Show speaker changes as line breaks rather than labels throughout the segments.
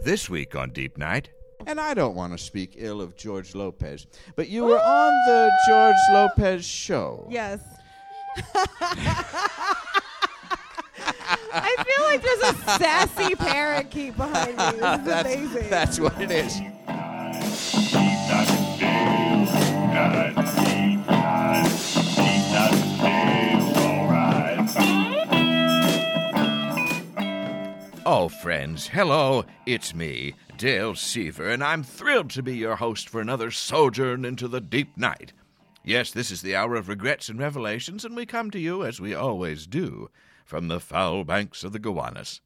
This week on Deep Night,
And I don't want to speak ill of George Lopez, but you were on the George Lopez show.
Yes. I feel like there's a sassy parakeet behind me. This is amazing.
That's what it is.
Oh, friends, hello, it's me, Dale Seaver, and I'm thrilled to be your host for another sojourn into the deep night. Yes, this is the hour of regrets and revelations, and we come to you, as we always do, from the foul banks of the Gowanus.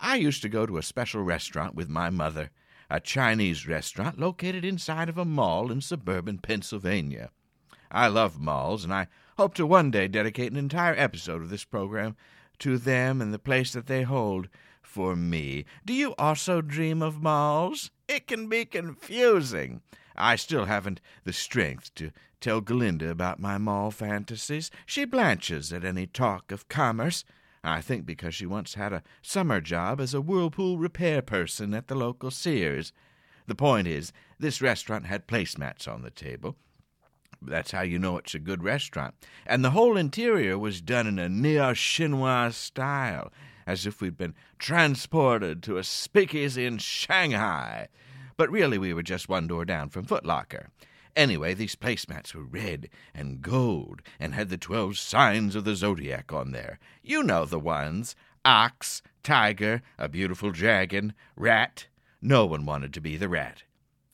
I used to go to a special restaurant with my mother, a Chinese restaurant located inside of a mall in suburban Pennsylvania. I love malls, and I hope to one day dedicate an entire episode of this program to them and the place that they hold for me. Do you also dream of malls? It can be confusing. I still haven't the strength to tell Glinda about my mall fantasies. She blanches at any talk of commerce. I think because she once had a summer job as a whirlpool repair person at the local Sears. The point is, this restaurant had placemats on the table, that's how you know it's a good restaurant. And the whole interior was done in a neo Chinois style, as if we'd been transported to a speakeasy in Shanghai. But really, we were just one door down from Foot Locker. Anyway, these placemats were red and gold and had the twelve signs of the zodiac on there. You know the ones ox, tiger, a beautiful dragon, rat. No one wanted to be the rat.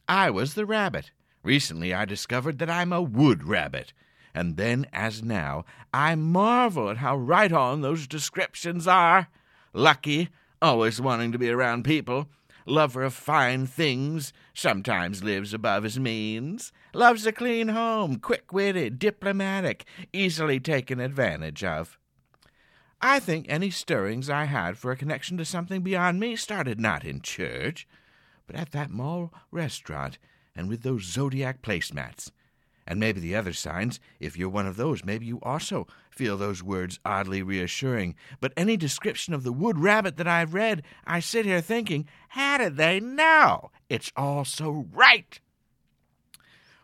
I was the rabbit. Recently, I discovered that I'm a wood rabbit. And then, as now, I marvel at how right on those descriptions are. Lucky, always wanting to be around people, lover of fine things, sometimes lives above his means, loves a clean home, quick witted, diplomatic, easily taken advantage of. I think any stirrings I had for a connection to something beyond me started not in church, but at that mall restaurant and with those zodiac placemats. And maybe the other signs, if you're one of those, maybe you also feel those words oddly reassuring. But any description of the wood rabbit that I've read, I sit here thinking, how did they know? It's all so right.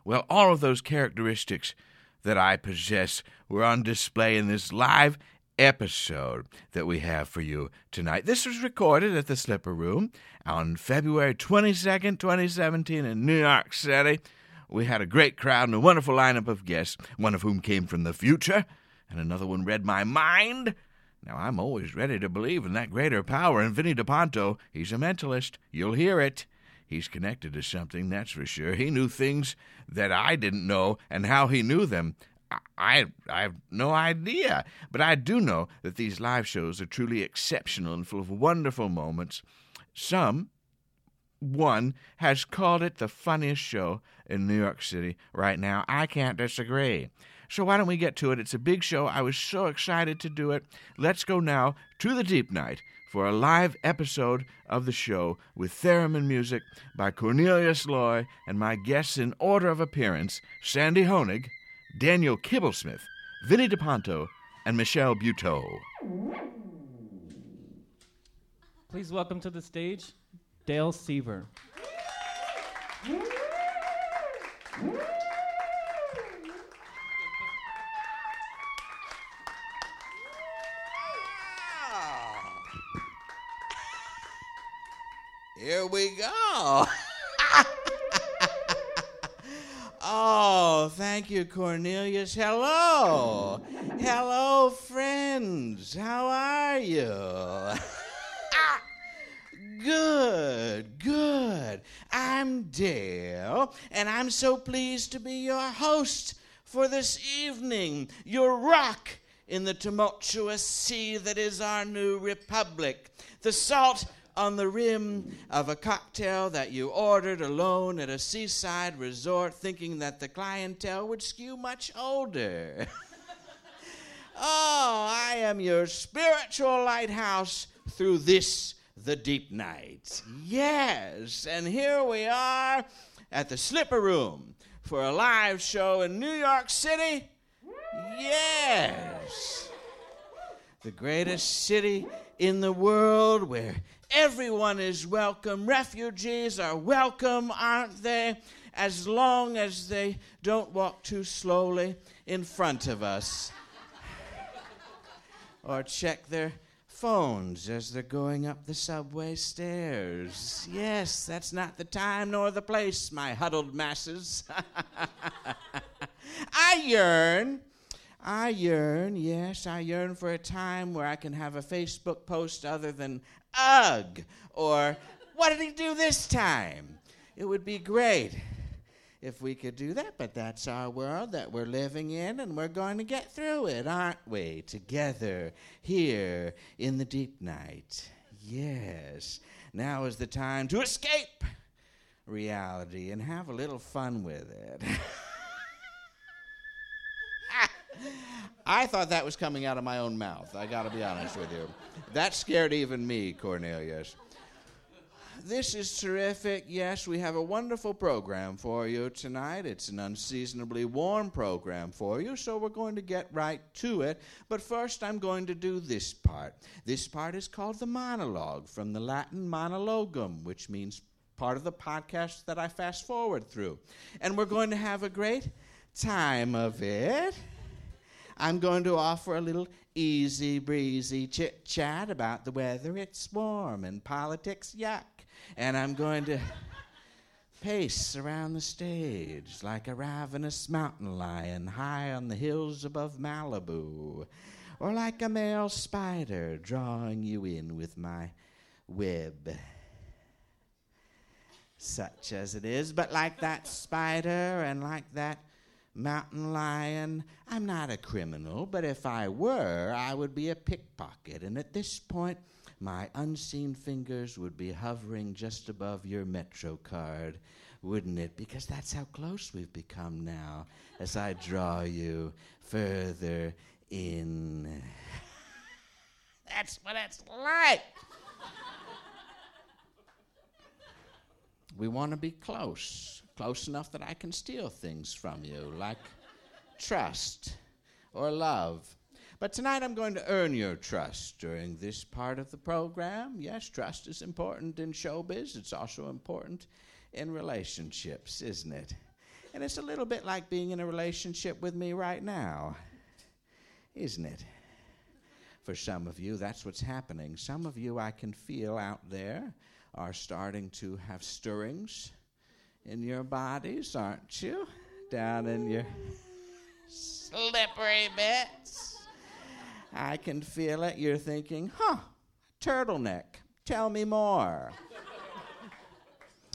Well, all of those characteristics that I possess were on display in this live episode that we have for you tonight. This was recorded at the Slipper Room on February 22nd, 2017, in New York City. We had a great crowd and a wonderful lineup of guests, one of whom came from the future, and another one read my mind. Now, I'm always ready to believe in that greater power, and Vinny DePonto, he's a mentalist. You'll hear it. He's connected to something, that's for sure. He knew things that I didn't know, and how he knew them, I- I, I have no idea. But I do know that these live shows are truly exceptional and full of wonderful moments. Some, one, has called it the funniest show in New York City right now. I can't disagree. So why don't we get to it? It's a big show. I was so excited to do it. Let's go now to the Deep Night for a live episode of the show with theremin music by Cornelius Loy and my guests in order of appearance, Sandy Honig, Daniel Kibblesmith, Vinny DePonto, and Michelle Buteau.
Please welcome to the stage Dale Seaver.
Here we go. oh, thank you, Cornelius. Hello. Hello, friends. How are you? Good, good. I'm Dale, and I'm so pleased to be your host for this evening, your rock in the tumultuous sea that is our new republic, the salt on the rim of a cocktail that you ordered alone at a seaside resort, thinking that the clientele would skew much older. Oh, I am your spiritual lighthouse through this, the deep night. Yes, and here we are at the Slipper Room for a live show in New York City. Yes the greatest city in the world where
Everyone is welcome. Refugees are welcome, aren't they? As long as they don't walk too slowly in front of us or check their phones as they're going up the subway stairs. Yes, that's not the time nor the place, my huddled masses. I yearn. I yearn, yes, I yearn for a time where I can have a Facebook post other than ugh or what did he do this time? It would be great if we could do that, but that's our world that we're living in and we're going to get through it, aren't we? Together here in the deep night. Yes. Now is the time to escape reality and have a little fun with it. I thought that was coming out of my own mouth. I gotta be honest with you. That scared even me, Cornelius. This is terrific. Yes, we have a wonderful program for you tonight. It's an unseasonably warm program for you, so we're going to get right to it. But first, I'm going to do this part. This part is called the monologue, from the Latin monologum, which means part of the podcast that I fast forward through. And we're going to have a great time of it. I'm going to offer a little easy breezy chit chat about the weather. It's warm and politics, yuck. And I'm going to pace around the stage like a ravenous mountain lion high on the hills above Malibu, or like a male spider drawing you in with my web such as it is, but like that spider and like that mountain lion, I'm not a criminal, but if I were, I would be a pickpocket. And at this point, my unseen fingers would be hovering just above your Metro card, wouldn't it? Because that's how close we've become now as I draw you further in. that's what it's like. We want to be close, close enough that I can steal things from you, like trust or love. But tonight I'm going to earn your trust during this part of the program. Yes, trust is important in showbiz, it's also important in relationships, isn't it? And it's a little bit like being in a relationship with me right now, isn't it? For some of you, that's what's happening. Some of you I can feel out there are starting to have stirrings in your bodies, aren't you? Down in your slippery bits. I can feel it. You're thinking, huh, turtleneck, tell me more.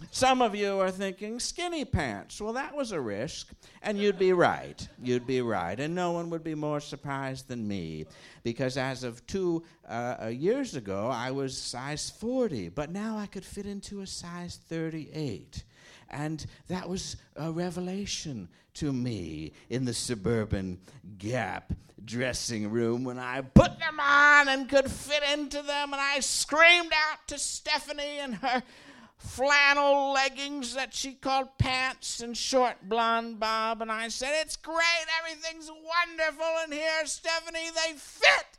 Some of you are thinking skinny pants. Well, that was a risk. And you'd be right. You'd be right. And no one would be more surprised than me. Because as of two uh, uh, years ago, I was size 40. But now I could fit into a size 38. And that was a revelation to me in the suburban gap dressing room when I put them on and could fit into them. And I screamed out to Stephanie and her flannel leggings that she called pants and short blonde bob. And I said, It's great, everything's wonderful in here, Stephanie, they fit.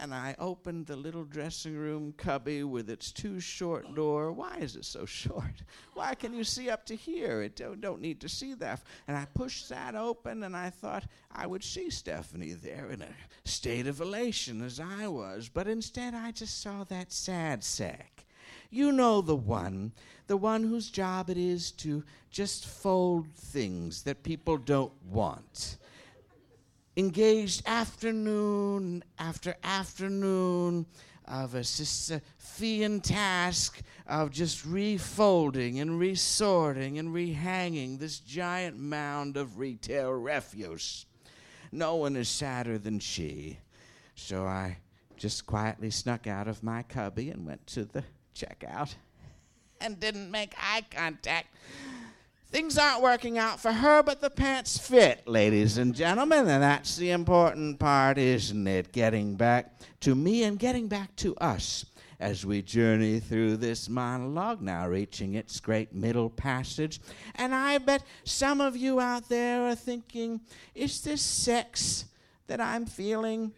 And I opened the little dressing room cubby with its too short door. Why is it so short? Why can you see up to here? It don't, don't need to see that. And I pushed that open, and I thought I would see Stephanie there in a state of elation as I was. But instead, I just saw that sad sack. You know the one, the one whose job it is to just fold things that people don't want. Engaged afternoon after afternoon of a Sisyphean task of just refolding and resorting and rehanging this giant mound of retail refuse. No one is sadder than she. So I just quietly snuck out of my cubby and went to the check out and didn't make eye contact. Things aren't working out for her, but the pants fit, ladies and gentlemen, and that's the important part, isn't it? Getting back to me and getting back to us as we journey through this monologue, now reaching its great middle passage. And I bet some of you out there are thinking, is this sex that I'm feeling?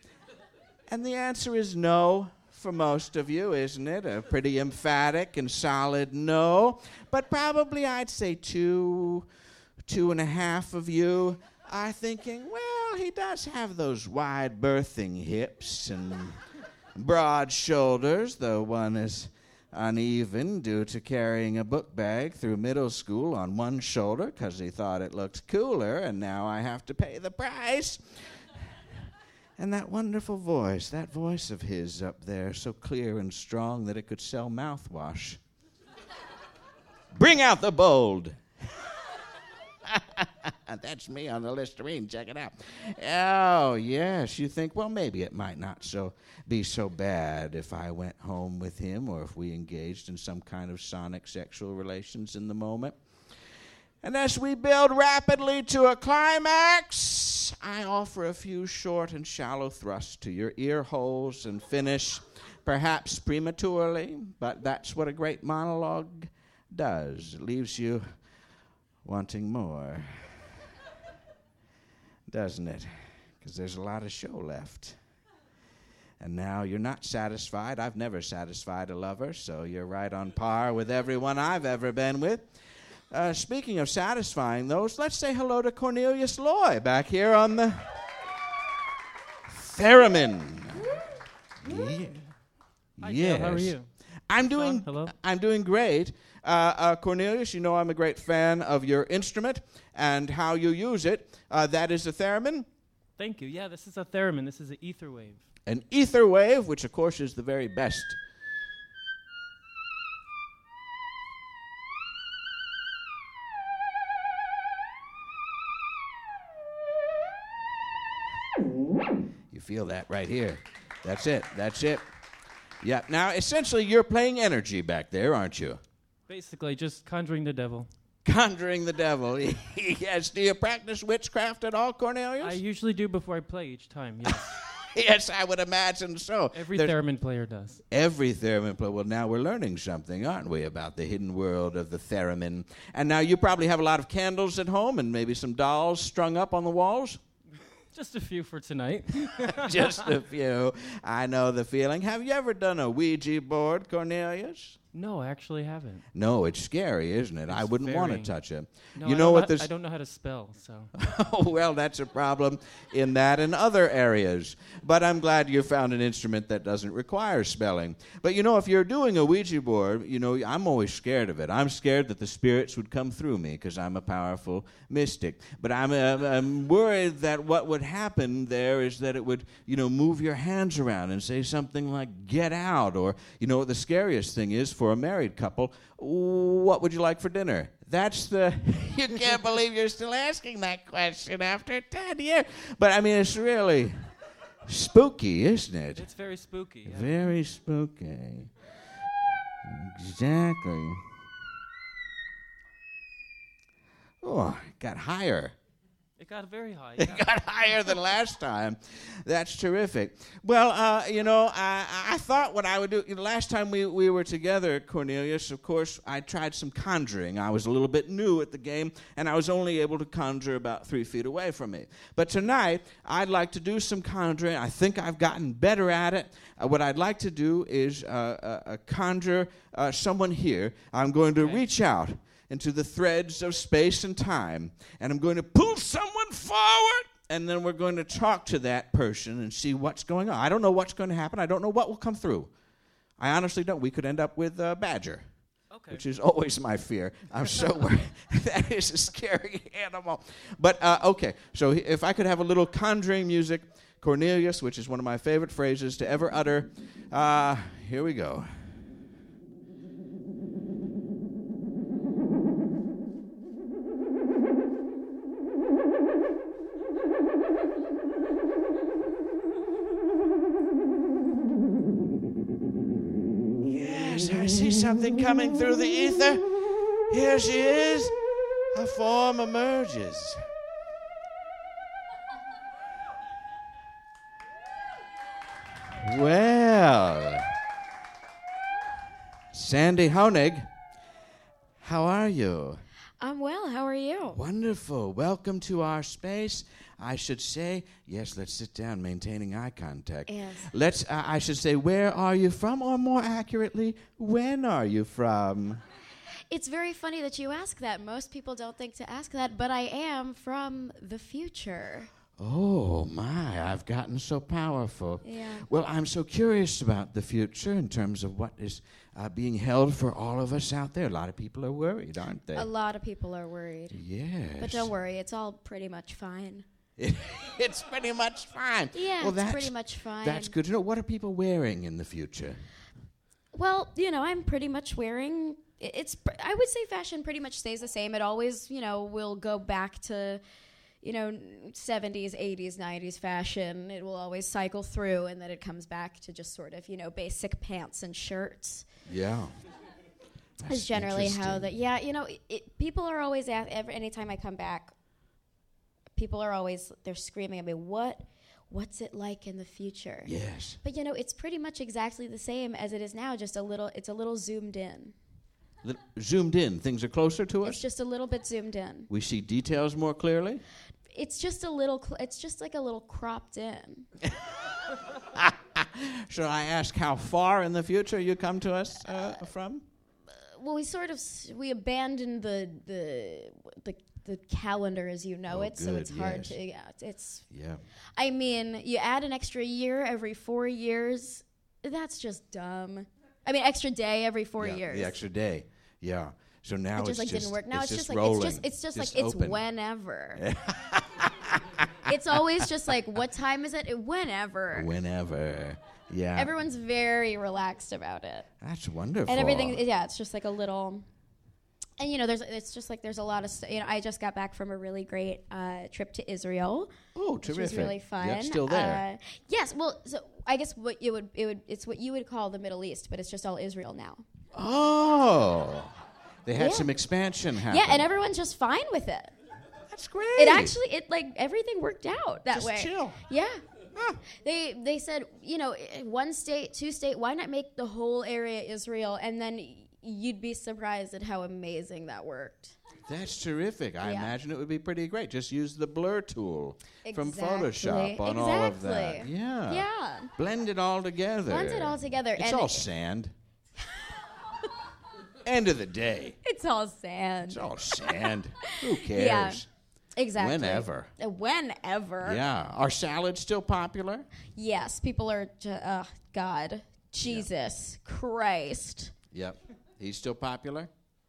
And the answer is no for most of you, isn't it? A pretty emphatic and solid no. But probably I'd say two, two and a half of you are thinking, well, he does have those wide birthing hips and broad shoulders, though one is uneven due to carrying a book bag through middle school on one shoulder because he thought it looked cooler, and now I have to pay the price. And that wonderful voice, that voice of his up there, so clear and strong that it could sell mouthwash. Bring out the bold. That's me on the Listerine. Check it out. Oh, yes. You think, well, maybe it might not so be so bad if I went home with him or if we engaged in some kind of sonic sexual relations in the moment. And as we build rapidly to a climax, I offer a few short and shallow thrusts to your ear holes and finish, perhaps prematurely, but that's what a great monologue does. It leaves you wanting more, doesn't it? Because there's a lot of show left. And now you're not satisfied. I've never satisfied a lover, so you're right on par with everyone I've ever been with. Uh, speaking of satisfying those, let's say hello to Cornelius Loy back here on the theremin. Yeah.
Hi, Dale. How are
Yes.
you?
I'm doing.
hello?
I'm doing great. Uh, uh, Cornelius, you know I'm a great fan of your instrument and how you use it. Uh, that is the theremin,
Thank you. Yeah, this is a theremin. This is an ether wave.
an ether wave, which of course is the very best. You feel that right here. That's it. That's it. Yep. Now, essentially, you're playing energy back there, aren't you?
Basically, just conjuring the devil.
Conjuring the devil. yes. Do you practice witchcraft at all, Cornelius?
I usually do before I play each time. Yes,
yes, I would imagine so.
every
There's-
theremin player does.
every theremin. pla- Well, now we're learning something, aren't we, about the hidden world of the theremin? And now you probably have a lot of candles at home and maybe some dolls strung up on the walls.
Just a few for tonight.
Just a few. I know the feeling. Have you ever done a Ouija board, Cornelius?
no, I actually haven't.
No, it's scary, isn't it? I
It's
wouldn't want to
very-
touch it.
No,
you
I
know
don't
what
ho-
this
I don't know how to spell, so
oh, well, that's a problem in that and other areas. But I'm glad you found an instrument that doesn't require spelling. But you know, if you're doing a Ouija board, you know, I'm always scared of it. I'm scared that the spirits would come through me because I'm a powerful mystic. But I'm, uh, I'm worried that what would happen there is that it would, you know, move your hands around and say something like, get out. Or, you know, the scariest thing is for a married couple, what would you like for dinner? That's the. You can't believe you're still asking that question after 10 years. But I mean, it's really spooky, isn't it?
it's very spooky. yeah.
Very spooky. Exactly. Oh, it got higher.
It got very high. yeah.
got higher than last time. That's terrific. Well, uh, you know, I, I thought what I would do. You know, last time we, we were together, Cornelius, of course, I tried some conjuring. I was a little bit new at the game, and I was only able to conjure about three feet away from me. But tonight, I'd like to do some conjuring. I think I've gotten better at it. Uh, what I'd like to do is uh, uh, uh, conjure uh, someone here. I'm going to reach out into the threads of space and time, and I'm going to pull someone forward, and then we're going to talk to that person and see what's going on. I don't know what's going to happen. I don't know what will come through. I honestly don't. We could end up with a badger,
Okay.
which is always my fear. I'm so worried. that is a scary animal. But uh, okay, so if I could have a little conjuring music, Cornelius, which is one of my favorite phrases to ever utter. Uh, here we go. Yes, I see something coming through the ether. Here she is. Her form emerges. Well, Sandy Honig, how are you?
I'm well. How are you?
Wonderful. Welcome to our space. I should say, yes, let's sit down, maintaining eye contact.
Yes.
Let's, uh, I should say, where are you from? Or more accurately, when are you from?
It's very funny that you ask that. Most people don't think to ask that, but I am from the future.
Oh my, I've gotten so powerful.
Yeah.
Well, I'm so curious about the future in terms of what is uh, being held for all of us out there. A lot of people are worried, aren't they?
A lot of people are worried.
yes.
But don't worry, it's all pretty much fine.
it's pretty much fine.
Yeah,
well,
it's
that's,
pretty much fine.
That's good to know. What are people wearing in the future?
Well, you know, I'm pretty much wearing i- it's pr- I would say fashion pretty much stays the same. It always, you know, will go back to you know, 70s, 80s, 90s fashion. It will always cycle through and then it comes back to just sort of, you know, basic pants and shirts.
Yeah.
is generally how
interesting.
that yeah you know it, it, people are always at every anytime i come back people are always they're screaming at me what what's it like in the future
Yes.
but you know it's pretty much exactly the same as it is now just a little it's a little zoomed in
Li- zoomed in, things are closer to
it's
us.
just a little bit zoomed in
We see details more clearly.
it's just a little cl- it's just like a little cropped in
Should I ask how far in the future you come to us uh, from?
well we sort of s- we abandoned the the the, the calendar as you know
Oh,
it so
good,
it's hard
yes.
to yeah it's- it's
Yeah.
I mean, you add an extra year every four years. That's just dumb. I mean, extra day every four
yeah,
years.
The extra day. Yeah. So now
it
it's
just like
just
didn't work. Now it's, just, like
rolling.
it's just it's just, like it's
open.
whenever. it's always just like what time is it? Whenever.
Whenever. Yeah.
Everyone's very relaxed about it,
That's wonderful.
and everything. Yeah, it's just like a little. And you know, there's it's just like there's a lot of st- you know. I just got back from a really great uh, trip to Israel.
oh,
which
terrific.
was really fun.
Yeah, it's still there.
Uh, yes. Well, so I guess what you would it would it's what you would call the Middle East, but it's just all Israel now.
oh. They had
Yeah.
some expansion happen.
Yeah, and everyone's just fine with it.
That's great.
It actually it like everything worked out that
Just
way.
chill.
Yeah. They they said you know eh, one state two state why not make the whole area Israel and then you'd be surprised at how amazing that worked.
That's terrific. I
Yeah.
imagine it would be pretty great. Just use the blur tool from Photoshop
Exactly.
on all of that.
Exactly.
Yeah.
Yeah.
Blend it all together.
Blend it all together
It's
and
all sand. End of the day.
it's all sand.
It's all sand. Who cares?
Yeah. Exactly.
Whenever.
Eh, Whenever.
Yeah. Are salads still popular?
Yes, people are. Ju- oh God, Jesus Christ,
Yep. He's still popular?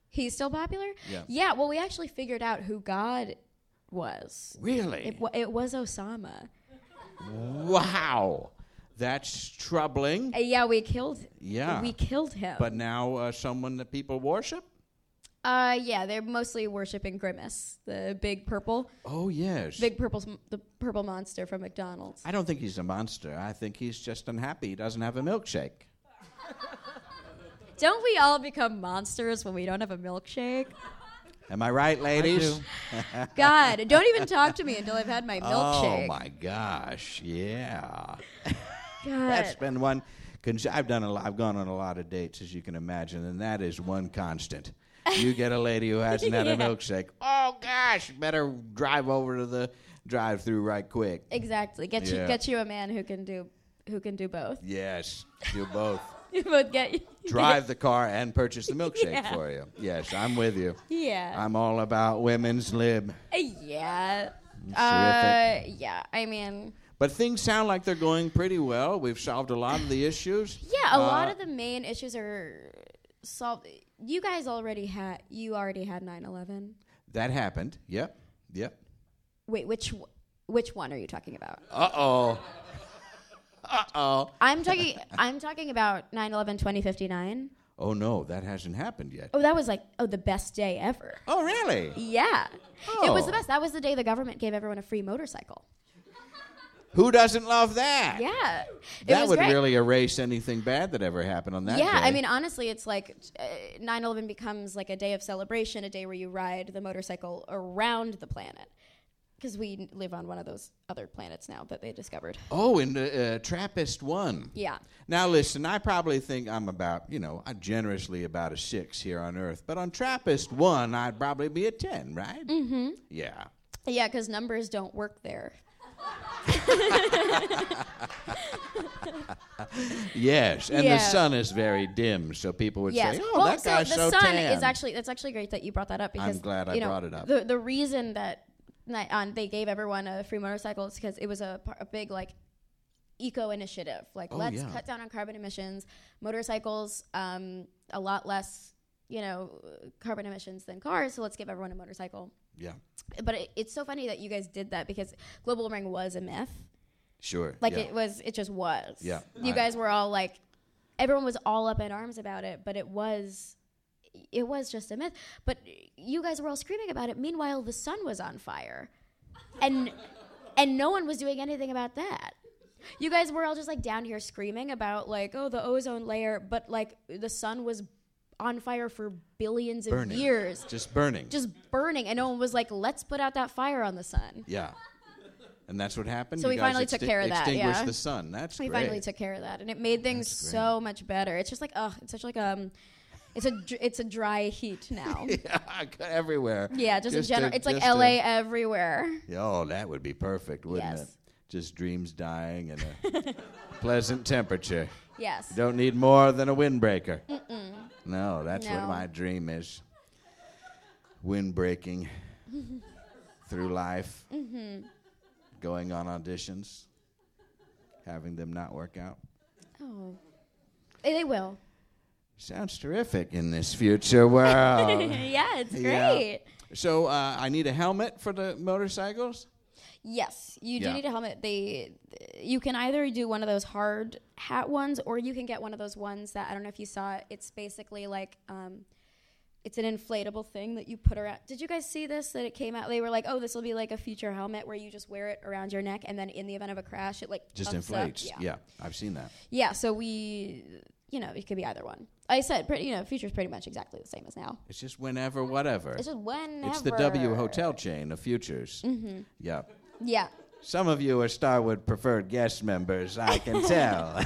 he's still popular.
Yeah.
Well, we actually figured out who God was.
Really?
It, wa it was Osama.
wow. That's troubling.
Uh, yeah, we killed.
Yeah.
We killed him.
But now uh, someone that people worship?
uh, yeah, they're mostly worshiping Grimace, the big purple,
Oh, yes.
big purple, the purple monster from McDonald's.
I don't think he's a monster. I think he's just unhappy he doesn't have a milkshake.
Don't we all become monsters when we don't have a milkshake?
Am I right, ladies?
do.
God, don't even talk to me until I've had my milkshake.
Oh, my gosh. Yeah.
God.
That's been one. cons- I've done. A, lo- I've gone on a lot of dates, as you can imagine, and that is one constant. You get a lady who hasn't had a milkshake. Oh gosh, better drive over to the drive-through right quick.
Exactly. Get you
Yeah.
get you a man who can do who can do both.
Yes, do both.
You both get
drive the car and purchase the milkshake for you. Yes, I'm with you.
Yeah.
I'm all about women's lib.
Uh, yeah. Uh,
terrific.
yeah. I mean,
But things sound like they're going pretty well. We've solved a lot of the issues.
yeah. A
Uh,
lot of the main issues are solved. You guys already had you already had 9/11.
that happened. Yep. Yep.
Wait, which w- which one are you talking about?
Uh-oh. Uh-oh.
I'm talking I'm talking about 9/11 2059.
Oh no, that hasn't happened yet.
Oh, that was like oh the best day ever.
Oh really?
Yeah. It was
Oh.
the best. That was the day the government gave everyone a free motorcycle.
Who doesn't love that?
Yeah. It
That
was
would
great.
really erase anything bad that ever happened on that
yeah,
day.
I mean, honestly, it's like uh, 9/11 becomes like a day of celebration, a day where you ride the motorcycle around the planet. because we n- live on one of those other planets now that they discovered.
Oh, in uh, uh, Trappist One.
Yeah.
Now listen, I probably think I'm about, you know, I generously about a six here on Earth, but on Trappist One, I'd probably be a ten, right? Mm-hmm. Yeah.
Yeah, because numbers don't work there.
Yes, and
Yeah.
the sun is very dim, so people would
Yes.
say, "Oh,
well,
that
so
guy's
the
so
sun
tan."
is actually that's actually great that you brought that up because
glad I
you know,
brought it up.
The the reason that ni- on they gave everyone a free motorcycle is because it was a, par- a big like eco initiative. Like let's
Oh, yeah.
cut down on carbon emissions. Motorcycles um a lot less, you know, carbon emissions than cars, so let's give everyone a motorcycle.
yeah,
But it, it's so funny that you guys did that because global warming was a myth.
sure.
Like
yeah.
it was, it just was.
Yeah,
You
I-
guys were all like, everyone was all up in arms about it, but it was, it was just a myth. But you guys were all screaming about it. Meanwhile, the sun was on fire, and and no one was doing anything about that. You guys were all just like down here screaming about like, oh, the ozone layer, but like the sun was on fire for billions of
Burning.
years,
just burning.
just burning, and no one was like, let's put out that fire on the sun.
yeah, and that's what happened.
So
You
we
guys
finally took
extin-
care of that,
Extinguished
yeah.
the sun. That's
we
great.
finally took care of that, and it made things so much better. It's just like, ugh, it's such like um, it's a dr- it's a dry heat now.
everywhere.
yeah, just, in general,
a-
it's like
just a-
LA everywhere.
Oh, that would be perfect, wouldn't
Yes.
it? Just dreams dying and a pleasant temperature.
Yes.
Don't need more than a windbreaker. No, that's what
No.
my dream is. Windbreaking through life,
Mm-hmm.
going on auditions, having them not work out.
Oh, Eh, they will.
Sounds terrific in this future world.
yeah, it's
Yeah.
great.
so uh, I need a helmet for the motorcycles.
Yes, you do
Yeah.
need a helmet. They, you can either do one of those hard hat ones, or you can get one of those ones that I don't know if you saw. it. It's basically like, um, it's an inflatable thing that you put around. Did you guys see this? That it came out. They were like, oh, this will be like a future helmet where you just wear it around your neck, and then in the event of a crash, it like
Just
bumps up.
inflates. yeah, I've seen that.
Yeah, So we, you know, it could be either one. I said, pretty, you know, future's pretty much exactly the same as now.
It's just whenever, whatever.
It's just whenever.
It's the W hotel chain, the Futures. Mm-hmm. Yeah.
Yeah.
Some of you are Starwood preferred guest members, I can tell.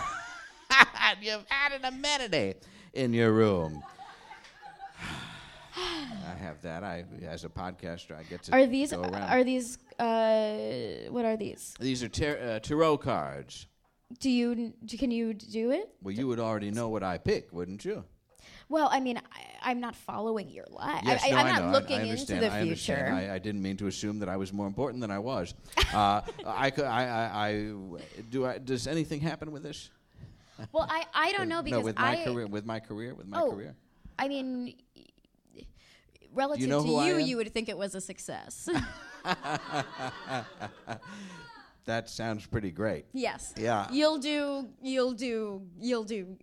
You've had an amenity in your room. I have that. I, as a podcaster, I get to
Are these?
go around.
Are these? Uh, what are these?
these are tar- uh, tarot cards.
Do you, do, can you do it?
Well, you would already know what I pick, wouldn't you?
Well, I mean, I, I'm not following your life. I,
no,
I'm
I
not
know. I-
looking
I
into
understand.
the
I
future.
understand. I, I didn't mean to assume that I was more important than I was. Uh, I, cou- I, I, I- do. I, does anything happen with this? Uh,
well, I, I don't know because
no, with
I,
my career. With my career. With my
Oh,
career.
I mean, relative
know who I
to you,
am?
you would think it was a success.
That sounds pretty great.
yes.
Yeah.
You'll do. You'll do. You'll do.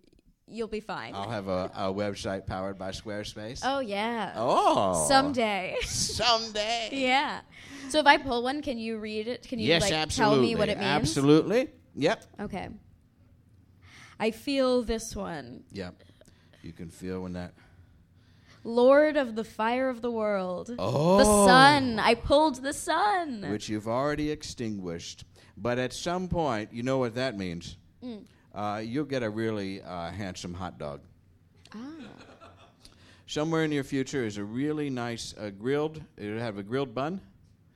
You'll be fine.
I'll have a, a website powered by Squarespace.
oh yeah.
Oh.
Someday.
Someday.
yeah. So if I pull one, can you read it? Can you
Yes,
like
absolutely.
tell me what it means?
Absolutely. Yep.
Okay. I feel this one.
Yep. You can feel when that.
Lord of the fire of the world.
Oh.
The sun. I pulled the sun.
Which you've already extinguished. But at some point, you know what that means.
Mm.
Uh, you'll get a really uh, handsome hot dog.
Ah.
Somewhere in your future is a really nice uh, grilled. It'll have a grilled bun.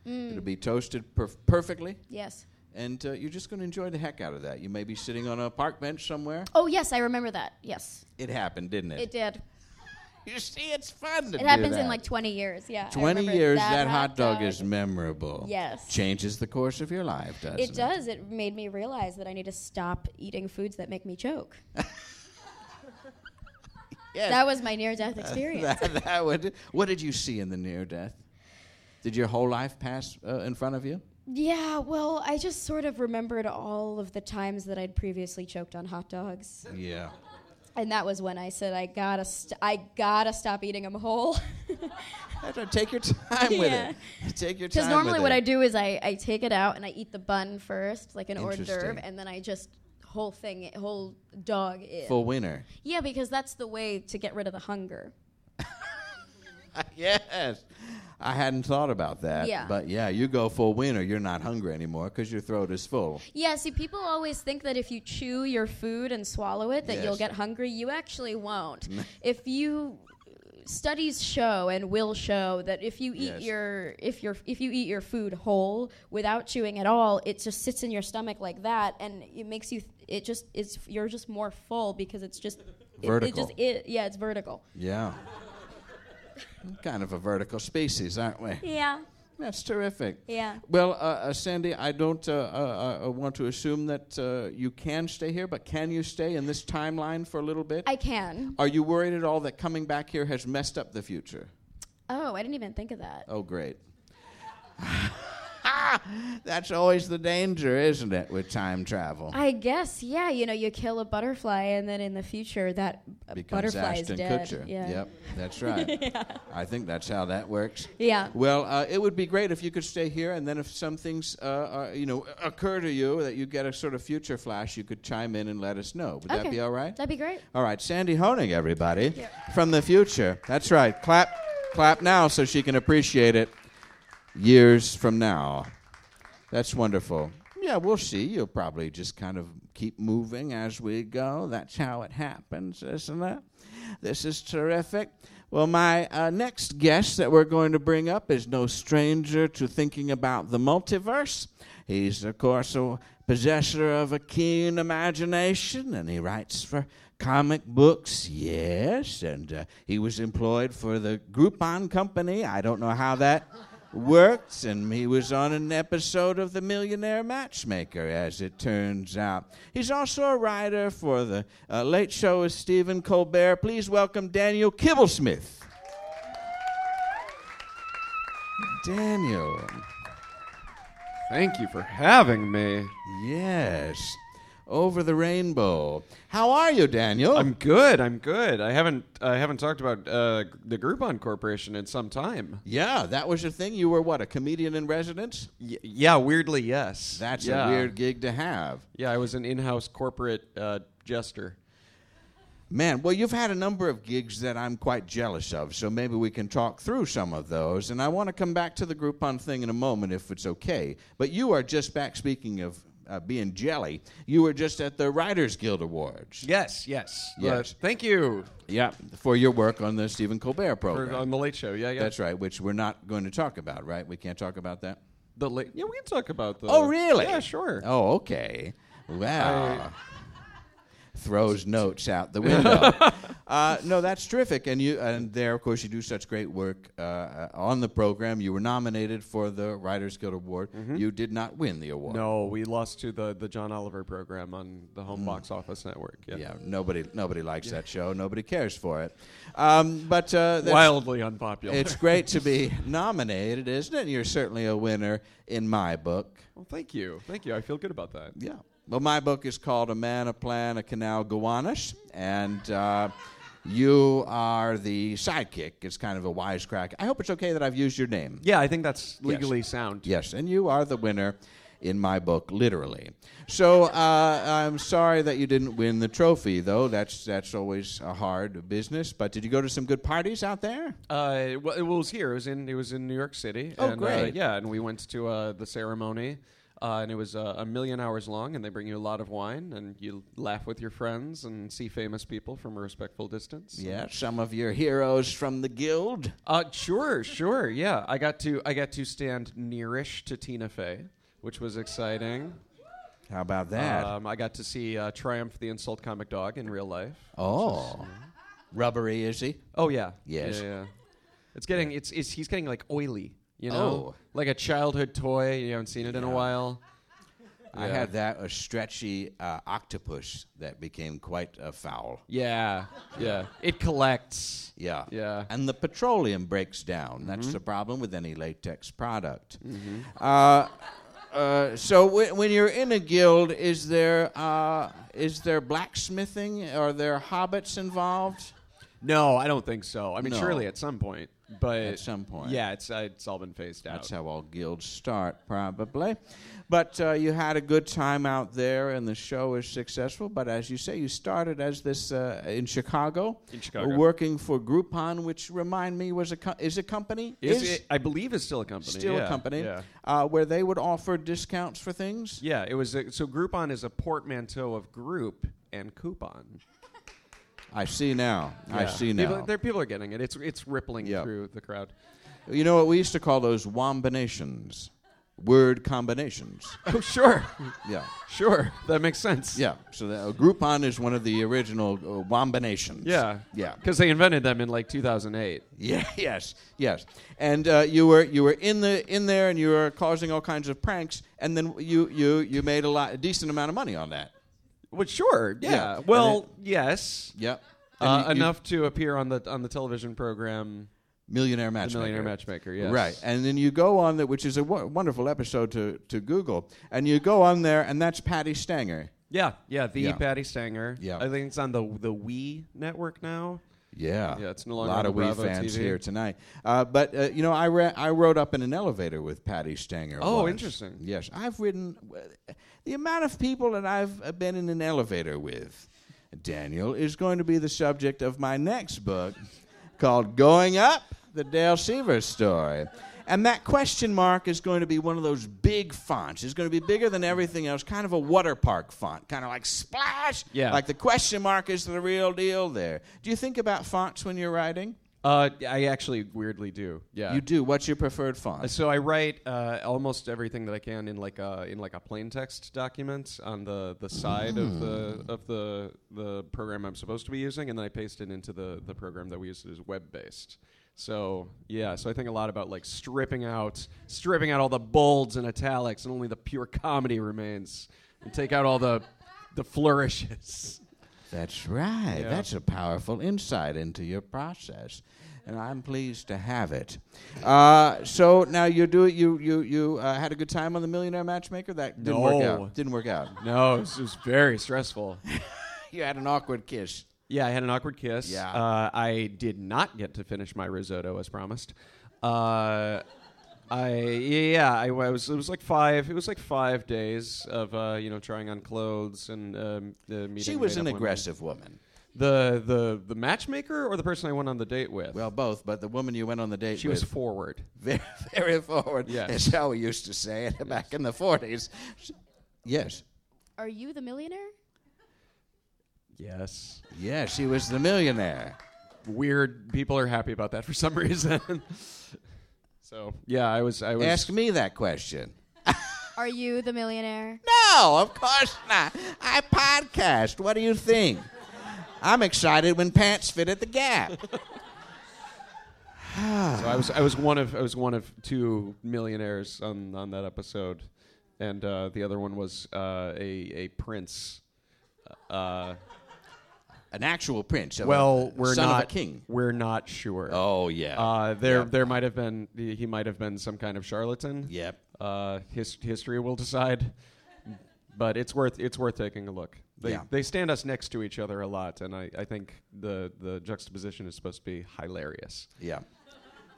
Mm.
It'll be toasted perf- perfectly.
yes.
And uh, you're just going to enjoy the heck out of that. You may be sitting on a park bench somewhere.
Oh, yes, I remember that. Yes,
It happened, didn't it?
it did.
you see, it's fun to
It happens in like 20 years. Yeah. I
20
remember
years, that, hot dog, is memorable.
Yes.
Changes the course of your life, doesn't it?
It does. It made me realize that I need to stop eating foods that make me choke.
Yes.
That was my near death experience.
that, that would, what did you see in the near death? Did your whole life pass uh, in front of you?
yeah, well, I just sort of remembered all of the times that I'd previously choked on hot dogs.
Yeah.
And that was when I said I got to st- I got to stop eating them whole.
That's right. Take your time with
Yeah.
it. Take your time.
Because normally
with
what
it.
I do is I, I take it out and I eat the bun first, like an hors d'oeuvre,
Interesting.
and then I just whole thing, whole dog in.
For winter.
Yeah, because that's the way to get rid of the hunger.
yes. I hadn't thought about that.
Yeah.
But yeah, you go full winter, you're not hungry anymore because your throat is full.
Yeah, see, people always think that if you chew your food and swallow it, that you'll
Yes.
get hungry. You actually won't. if you studies show and will show that if you eat
Yes.
your if your if you eat your food whole without chewing at all, it just sits in your stomach like that, and it makes you. It just it's you're just more full because it's just it-
Vertical.
It, just it, yeah, it's vertical.
Yeah. kind of a vertical species, aren't we?
Yeah.
That's terrific.
Yeah.
Well, uh, uh, Sandy, I don't uh, uh, uh, want to assume that uh, you can stay here, but can you stay in this timeline for a little bit?
I can.
Are you worried at all that coming back here has messed up the future?
Oh, I didn't even think of that.
Oh, great. That's always the danger, isn't it, with time travel?
I guess, yeah. You know, you kill a butterfly, and then in the future, that uh,
Becomes
butterfly
Ashton
is dead.
Kutcher.
Yeah.
Yep, that's right. I think that's how that works.
Yeah.
Well, uh, it would be great if you could stay here, and then if some things, uh, uh, you know, occur to you that you get a sort of future flash, you could chime in and let us know. Would that
Okay.
be all right?
That'd be great.
All right, Sandy Honig, everybody, from the future. That's right. Clap, clap now so she can appreciate it years from now. That's wonderful. Yeah, we'll see. You'll probably just kind of keep moving as we go. That's how it happens, isn't it? This is terrific. Well, my uh, next guest that we're going to bring up is no stranger to thinking about the multiverse. He's, of course, a possessor of a keen imagination, and he writes for comic books, yes, and uh, he was employed for the Groupon Company. I don't know how that worked, and he was on an episode of The Millionaire Matchmaker, as it turns out. He's also a writer for The uh, Late Show with Stephen Colbert. Please welcome Daniel Kibblesmith. Daniel,
Thank you for having me.
yes. Over the rainbow. How are you, Daniel?
I'm good. I'm good. I haven't I haven't talked about uh, the Groupon Corporation in some time.
yeah, that was your thing. You were what, a comedian in residence?
Y- yeah, weirdly, yes.
That's
Yeah.
a weird gig to have.
Yeah, I was an in-house corporate uh, jester.
Man, well, you've had a number of gigs that I'm quite jealous of, so maybe we can talk through some of those. And I want to come back to the Groupon thing in a moment if it's okay. But you are just back, speaking of uh, being jelly, you were just at the Writers Guild Awards.
Yes, yes,
Yes.
Uh, thank you
Yeah, for your work on the Stephen Colbert
for,
program.
on the Late Show. Yeah, yeah.
That's right, which we're not going to talk about, right? We can't talk about that?
The late. Yeah, we can talk about the.
Oh, really?
Yeah, sure.
Oh, okay. Wow. Throws notes out the window. uh, no, that's terrific. And you, and there, of course, you do such great work uh, uh, on the program. You were nominated for the Writers Guild Award. You did not win the award.
Mm-hmm. No, we lost to the the John Oliver program on the Home Box Office Network. Hmm. Yeah.
Yeah, nobody, nobody likes that show. Nobody cares for it. Um, but uh, that's-
Wildly unpopular.
It's great to be nominated, isn't it? You're certainly a winner in my book.
well, thank you, thank you. I feel good about that.
Yeah. Well, my book is called A Man, a Plan, a Canal, Gowanus, and uh, you are the sidekick. It's kind of a wisecrack. I hope it's okay that I've used your name.
Yeah, I think that's legally sound.
Yes, and you are the winner in my book, literally. So uh, I'm sorry that you didn't win the trophy, though. That's that's always a hard business. But did you go to some good parties out there?
Uh, well, it was here. It was in it was in New York City.
Oh,
and, Uh,
great.
yeah, and we went to uh, the ceremony, uh, and it was uh, a million hours long, and they bring you a lot of wine, and you laugh with your friends and see famous people from a respectful distance.
Yeah, some of your heroes from the guild.
Uh, sure, sure. Yeah, I got to I got to stand nearish to Tina Fey, which was exciting.
How about that?
Um, I got to see uh, Triumph the Insult Comic Dog in real life.
oh, rubbery is he?
Oh yeah.
Yes.
Yeah, yeah. It's getting it's, it's he's getting like oily, you
Oh.
know? Like a childhood toy, you haven't seen it in a while.
I
Yeah.
had that a stretchy uh, octopus that became quite a foul.
Yeah. Yeah. It collects.
Yeah.
Yeah. Mm-hmm.
And the petroleum breaks down. That's the problem with any latex product. Uh, uh, so when, when you're in a guild, is there uh, is there blacksmithing? Are there hobbits involved?
No, I don't think so. I mean,
No.
surely at some point, but
At some point.
yeah, it's uh, it's all been phased out.
That's how all guilds start, probably. But uh, you had a good time out there, and the show is successful. But as you say, you started as this uh, in Chicago,
In Chicago.
working for Groupon, which remind me was a co- is a company
Is it, I believe it's still a company.
still
yeah,
a company
Yeah.
uh, where they would offer discounts for things.
Yeah, it was a, so. Groupon is a portmanteau of group and coupon.
I see now. I
Yeah.
see
People,
now.
there- people are getting it. It's it's rippling
Yeah.
through the crowd.
You know what we used to call those wombinations, word combinations.
Oh, sure,
yeah.
sure, that makes sense.
Yeah, so the, uh, Groupon is one of the original uh, wombinations.
yeah,
yeah.
Because they invented them in like 2008.
Yeah, yes, yes. And uh, you were you were in the in there, and you were causing all kinds of pranks, and then you you you made a lot a decent amount of money on that.
Well, sure, yeah.
Yeah.
Well,
And it-
yes.
Yep. And
Uh,
you- you-
enough to appear on the on the television program
millionaire
The
matchmaker.
Millionaire Matchmaker. Yes.
Right, and then you go on that, which is a wo- wonderful episode to, to Google, and you go on there, and that's Patty Stanger.
Yeah, yeah, the
Yeah.
Patty Stanger.
Yeah.
I think it's on the the Wii network now.
Yeah,
Yeah, it's no longer
a lot
on
of
the
Wii
Bravo
fans
TV.
here tonight. Uh, but uh, you know, I ra- I rode up in an elevator with Patty Stanger.
Oh,
once.
interesting.
Yes, I've ridden the amount of people that I've uh, been in an elevator with. Daniel is going to be the subject of my next book called "Going Up: The Dale Seaver Story." And that question mark is going to be one of those big fonts. It's going to be bigger than everything else, kind of a water park font, kind of like splash.
Yeah.
Like the question mark is the real deal there. Do you think about fonts when you're writing?
Uh, I actually weirdly do. Yeah.
You do. What's your preferred font?
so I write uh, almost everything that I can in like a in like a plain text document on the, the side of the of the the program I'm supposed to be using, and then I paste it into the the program that we use that is web based. So yeah, so I think a lot about like stripping out stripping out all the bolds and italics, and only the pure comedy remains, and take out all the the flourishes.
That's right.
Yeah.
That's a powerful insight into your process. And I'm pleased to have it. Uh, so now you do you you you uh, had a good time on the Millionaire Matchmaker. That didn't work
No.
out. Didn't work out.
No, it was, it was very stressful.
You had an awkward kiss.
Yeah, I had an awkward kiss.
Yeah.
Uh, I did not get to finish my risotto as promised. Uh, I yeah, I, was. It was like five. It was like five days of uh, you know trying on clothes and um, the meeting.
She was
made
an
up women.
aggressive woman.
The the the matchmaker or the person I went on the date with.
Well, both, but the woman you went on the date
she
with
was forward.
very, very forward.
Yes.
That's how we used to say it back in the 40s. Yes.
Are you the millionaire?
Yes.
Yes, she was the millionaire.
Weird. People are happy about that for some reason. so yeah, I was. I was.
Ask me that question.
Are you the millionaire?
No, of course not. I podcast. What do you think? I'm excited when pants fit at the gap.
So I was I was one of I was one of two millionaires on, on that episode, and uh, the other one was uh, a a prince. Uh,
An actual prince. Of
well,
a,
we're
son
not
of a king.
We're not sure.
Oh yeah.
Uh, there,
Yeah.
there might have been he might have been some kind of charlatan.
Yep.
Uh, his, history will decide, but it's worth it's worth taking a look. They
Yeah.
they stand us next to each other a lot, and I, I think the the juxtaposition is supposed to be hilarious.
Yeah.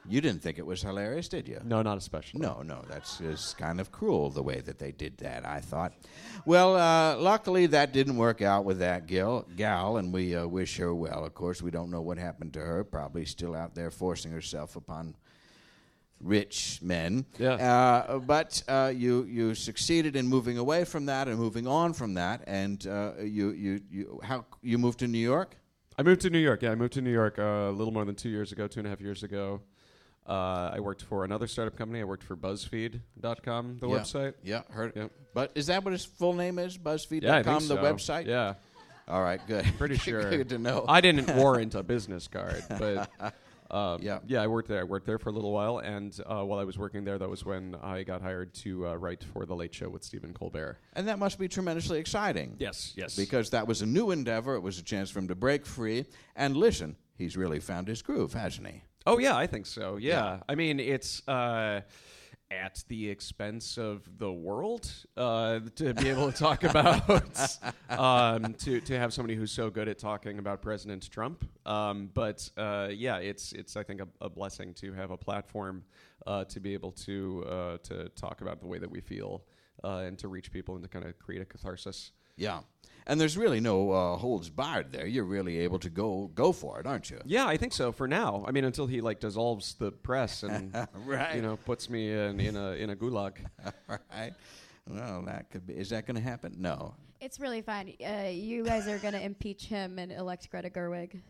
You didn't think it was hilarious, did you?
No, not especially.
No, no, that's just kind of cruel the way that they did that, I thought. Well, uh, luckily that didn't work out with that gil, gal, and we uh, wish her well. Of course, we don't know what happened to her. Probably still out there forcing herself upon rich men.
Yeah.
Uh, but uh, you, you succeeded in moving away from that and moving on from that, and uh, you, you, you, how, you moved to New York?
I moved to New York. Yeah, I moved to New York uh, a little more than two years ago, two and a half years ago. Uh, I worked for another startup company. I worked for BuzzFeed.com, the
Yeah.
website.
Yeah, heard.
Yep.
But is that what his full name is? BuzzFeed.com,
Yeah, I think
the
so.
website?
Yeah,
All right, good.
pretty sure.
good to know.
I didn't warrant a business card, but uh,
Um, Yeah.
I worked there. I worked there for a little while, and uh, while I was working there, that was when I got hired to uh, write for the Late Show with Stephen Colbert.
and that must be tremendously exciting.
Yes, yes.
Because that was a new endeavor. It was a chance for him to break free. And listen, he's really found his groove, hasn't he?
Oh yeah, I think so. Yeah, I mean it's uh, at the expense of the world uh, to be able to talk about um, to to have somebody who's so good at talking about President Trump. Um, but uh, yeah, it's it's I think a, a blessing to have a platform uh, to be able to uh, to talk about the way that we feel uh, and to reach people and to kind of create a catharsis.
Yeah. And there's really no uh, holds barred there. You're really able to go go for it, aren't you?
Yeah, I think so. For now, I mean, until he like dissolves the press and
Right.
you know puts me in in a in a gulag.
right. Well, that could be. Is that going to happen? No.
It's really fun. Uh, you guys are going to impeach him and elect Greta Gerwig.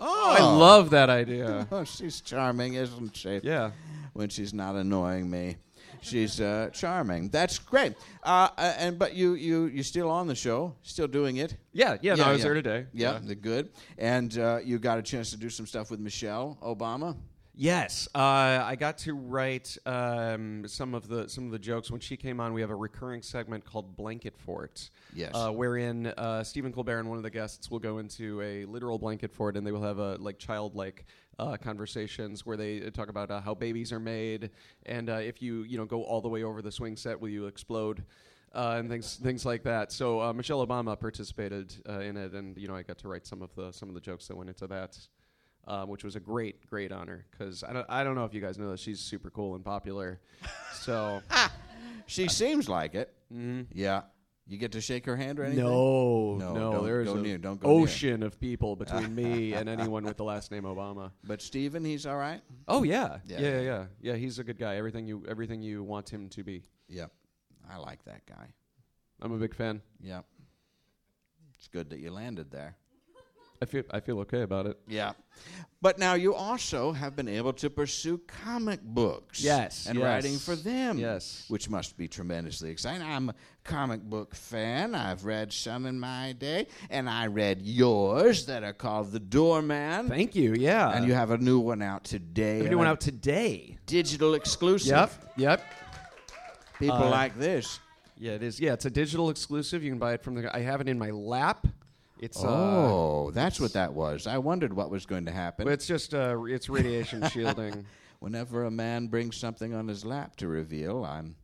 Oh,
I love that idea.
Oh, she's charming, isn't she?
Yeah.
When she's not annoying me, she's uh, charming. That's great. Uh, uh, and but you you you're still on the show, still doing it.
Yeah, yeah, no, I was there today.
Yeah, the good. And uh, you got a chance to do some stuff with Michelle Obama.
Yes, uh, I got to write um, some of the some of the jokes when she came on. We have a recurring segment called Blanket Fort,
Yes.
uh, wherein uh, Stephen Colbert and one of the guests will go into a literal blanket fort, and they will have a like childlike. Uh, conversations where they talk about uh, how babies are made, and uh, if you you know go all the way over the swing set, will you explode, uh, and things things like that. So uh, Michelle Obama participated uh, in it, and you know I got to write some of the some of the jokes that went into that um, which was a great, great honor because I don't, I don't know if you guys know this. She's super cool and popular. So Uh,
She seems like it.
mm-hmm.
Yeah. You get to shake her hand or anything?
no,
No,
no,
don't
there's
go
an
near, don't go near.
ocean of people between me and anyone with the last name Obama.
But Stephen, he's all right.
Oh yeah.
Yeah.
Yeah. yeah, yeah, yeah, He's a good guy. Everything you, everything you want him to be.
Yep. I like that guy.
I'm a big fan.
Yep. It's good that you landed there.
I feel, I feel okay about it.
Yeah. But now you also have been able to pursue comic books.
Yes,
And
yes.
writing for them.
Yes.
Which must be tremendously exciting. I'm a comic book fan. I've read some in my day, and I read yours that are called The Doorman.
Thank you. Yeah.
and you have a new one out today.
I'm
and
doing
a
out today.
Digital exclusive.
Yep. Uh, Yep.
People like this.
Yeah, it is. Yeah, it's a digital exclusive. You can buy it from the. I have it in my lap. It's uh,
Oh, that's what that was. I wondered what was going to happen.
Well, It's just uh, r- it's radiation shielding.
Whenever a man brings something on his lap to reveal, I'm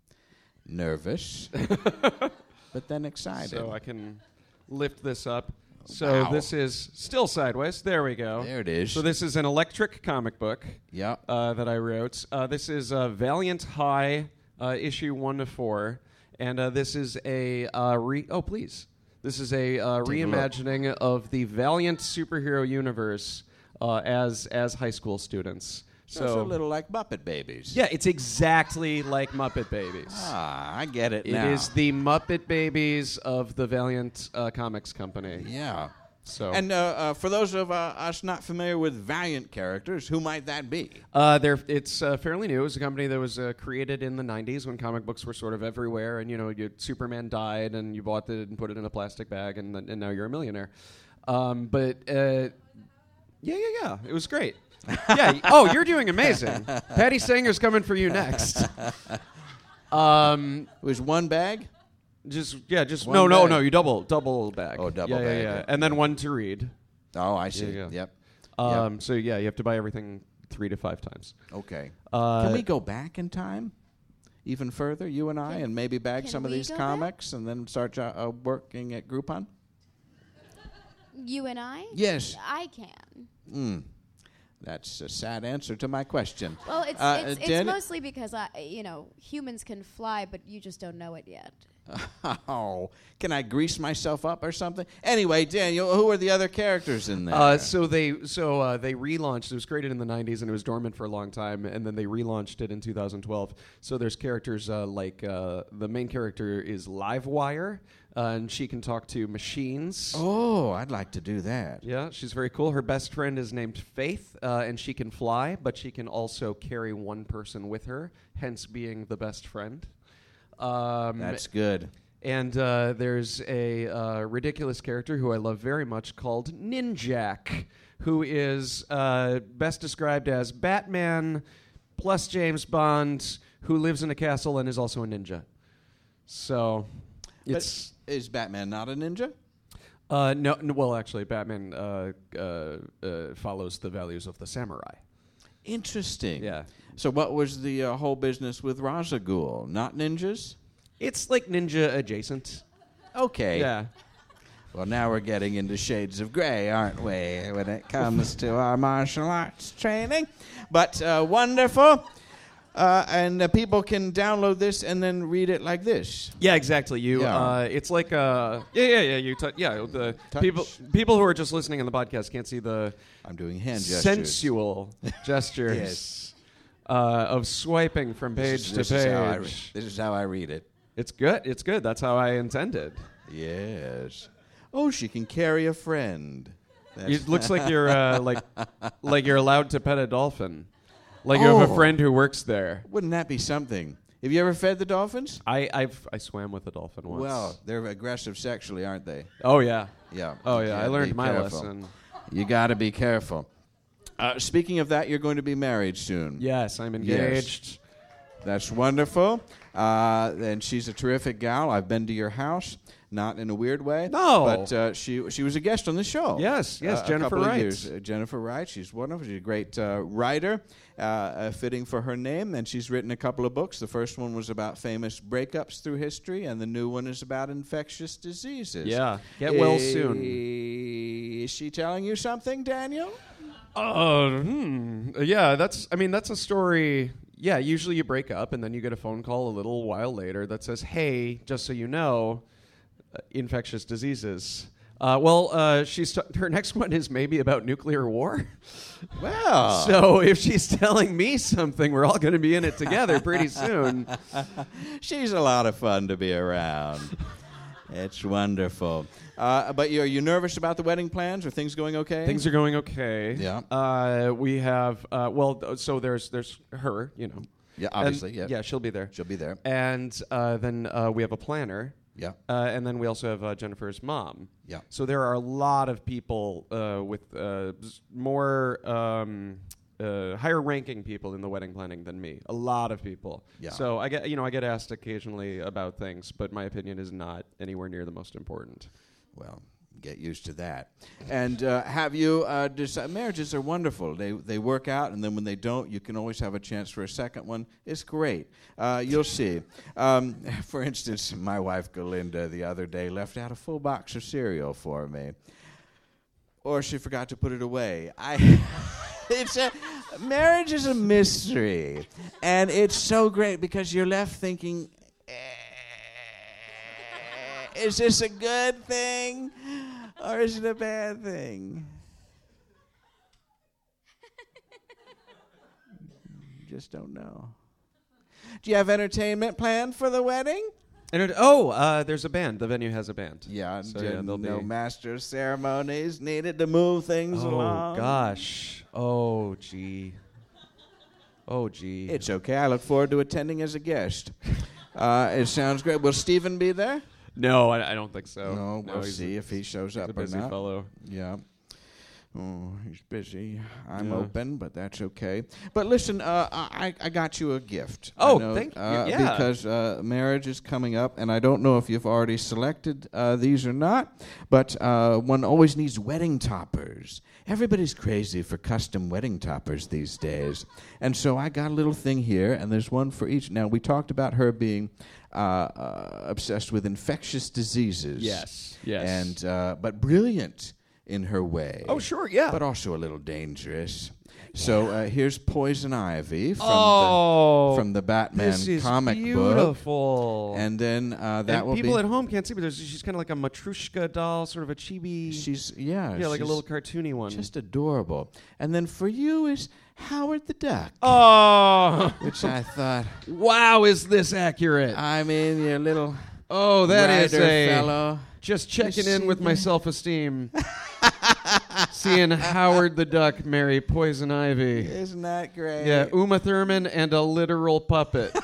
nervous, but then excited.
so I can lift this up. So
Wow.
this is still sideways. There we go.
There it is.
So this is an electric comic book
yeah.
uh, that I wrote. Uh, this is uh, Valiant High, uh, issue one to four, and uh, this is a uh, re. Oh please, this is a uh, reimagining of the Valiant superhero universe uh, as as high school students.
so, it's a little like Muppet Babies.
yeah, it's exactly like Muppet Babies.
Ah, I get it,
It is
now.
the Muppet Babies of the Valiant uh, Comics Company.
yeah.
So
And uh, uh, for those of uh, us not familiar with Valiant characters, who might that be?
uh, they're, it's uh, fairly new. It was a company that was uh, created in the '90s when comic books were sort of everywhere, and you know, you, Superman died, and you bought it and put it in a plastic bag, and, then- and now you're a millionaire. Um, but uh, yeah, yeah, yeah, it was great. yeah. y- Oh, you're doing amazing. Patty Sanger's coming for you next. Um,
It was one bag?
just yeah, just
One
no, no,
bag.
no. You double, double bag.
Oh, double
yeah,
bag,
Yeah,
yeah.
yeah, and then one to read.
Oh, I see.
Yeah, yeah.
Yep.
Um, So yeah, you have to buy everything three to five times.
Okay.
Uh,
Can we go back in time? Even further, you and I,
Can-
and maybe bag
can
some of
we
these
go back?
comics and then start jo- uh, working at Groupon?
You and I?
Yes.
I can.
Hmm. That's a sad answer to my question.
Well, it's,
Uh,
it's,
Dan-
it's mostly because, I, you know, humans can fly, but you just don't know it yet.
Oh, can I grease myself up or something? Anyway, Daniel, who are the other characters in there?
Uh, so they so uh, they relaunched. It was created in the '90s and it was dormant for a long time, and then they relaunched it in 2012. So there's characters uh, like uh, the main character is Livewire, uh, and she can talk to machines.
oh, I'd like to do that.
Yeah, she's very cool. Her best friend is named Faith, uh, and she can fly, but she can also carry one person with her, hence being the best friend. Um,
That's good.
And uh, there's a uh, ridiculous character who I love very much called Ninjak, who is uh, best described as Batman plus James Bond, who lives in a castle and is also a ninja. So it's.
But is Batman not a ninja?
Uh, no, no, well, actually, Batman uh, uh, uh, follows the values of the samurai.
Interesting.
Yeah.
So what was the uh, whole business with Razagul? Not ninjas?
It's like ninja adjacent.
Okay.
Yeah.
Well, now we're getting into shades of gray, aren't we, when it comes to our martial arts training? But uh, wonderful. Uh, and uh, people can download this and then read it like this.
Yeah, exactly. You,
Yeah.
uh, it's like uh, yeah, yeah, yeah. You, tou yeah. The
Touch.
people, people who are just listening on the podcast can't see the
I'm doing hand gestures.
sensual gestures
Yes.
uh, of swiping from
This
page
is- this
to
is how I
page.
re- this is how I read it.
It's good. It's good. That's how I intended.
Yes. Oh, she can carry a friend. That's-
It looks like you're uh, like like you're allowed to pet a dolphin. Like you have
Oh.
a friend who works there.
Wouldn't that be something? Have you ever fed the dolphins?
I I've, I swam with a dolphin once.
Well, they're aggressive sexually, aren't they?
Oh yeah.
Yeah.
Oh
You
yeah.
gotta
I
be
learned my
careful.
lesson.
You got to be careful. Uh, speaking of that, you're going to be married soon.
Yes, I'm
Yes.
engaged.
That's wonderful. Uh, and she's a terrific gal. I've been to your house, not in a weird way.
No.
But uh, she, she was a guest on the show.
Yes, yes,
a
Jennifer
couple of
Wright.
years. Uh, Jennifer Wright. She's wonderful. She's a great uh, writer, uh, uh, fitting for her name. And she's written a couple of books. The first one was about famous breakups through history, and the new one is about infectious diseases.
Yeah. Get well
is
soon.
Is she telling you something, Daniel?
Uh, hmm. Yeah, that's. I mean, that's a story. Yeah, usually you break up and then you get a phone call a little while later that says, "Hey, just so you know, uh, infectious diseases." Uh, well, uh, she's t- her next one is maybe about nuclear war.
Well,
So if she's telling me something, we're all going to be in it together pretty soon.
She's a lot of fun to be around. it's wonderful. Uh, but you, are you nervous about the wedding plans? Are things going okay?
Things are going okay.
Yeah.
Uh, we have. Uh, well, th- so there's there's her. You know.
Yeah,
And-
obviously, yeah.
Yeah, she'll be there.
She'll be there.
And uh, then uh, we have a planner.
Yeah.
Uh, and then we also have uh, Jennifer's mom.
Yeah.
So there are a lot of people uh, with uh, s- more um, uh, higher ranking people in the wedding planning than me. A lot of people.
Yeah.
So I get you know I get asked occasionally about things, but my opinion is not anywhere near the most important.
Well, get used to that. And uh, have you uh, decided? Marriages are wonderful. They they work out, and then when they don't, you can always have a chance for a second one. It's great. Uh, you'll see. Um, for instance, my wife Galinda the other day left out a full box of cereal for me, or she forgot to put it away. I. It's a marriage is a mystery, and it's so great because you're left thinking, is this a good thing or is it a bad thing? Just don't know. Do you have entertainment planned for the wedding?
And it, oh, uh, there's a band. The venue has a band.
Yeah,
So,
j-
yeah,
no
they'll be-
master of ceremonies needed to move things
Oh
along.
gosh. Oh gee. Oh gee.
It's okay. I look forward to attending as a guest. Uh, it sounds great. Will Stephen be there?
no, I, I don't think so.
no, we'll
Oh, he's a-
see if he shows
He's
up
a
or
busy
not.
fellow.
Yeah. Oh, he's busy. I'm
Yeah.
open, but that's okay. But listen, uh, I I got you a gift. I
Oh,
know,
thank you.
uh,
Yeah.
Because uh, marriage is coming up, and I don't know if you've already selected uh, these or not. But uh, one always needs wedding toppers. Everybody's crazy for custom wedding toppers these days, and so I got a little thing here, and there's one for each. Now we talked about her being uh, uh, obsessed with infectious diseases.
Yes, yes.
And uh, but brilliant in her way.
Oh, sure, yeah.
But also a little dangerous. So uh, here's Poison Ivy from
Oh,
the from the Batman
this is
comic book.
beautiful.
And then uh, that
And
will
people
be
at home can't see, but there's, she's kind of like a matrushka doll, sort of a chibi.
she's yeah,
yeah, like a
she's
little cartoony one.
just adorable. And then for you is Howard the Duck,
oh,
which I thought
wow, is this accurate?
I mean your little
oh, that is
rider
a
fellow.
just checking
see
in with my
that?
self-esteem. Seeing Howard the Duck marry Poison Ivy.
Isn't that great?
Yeah, Uma Thurman and a literal puppet.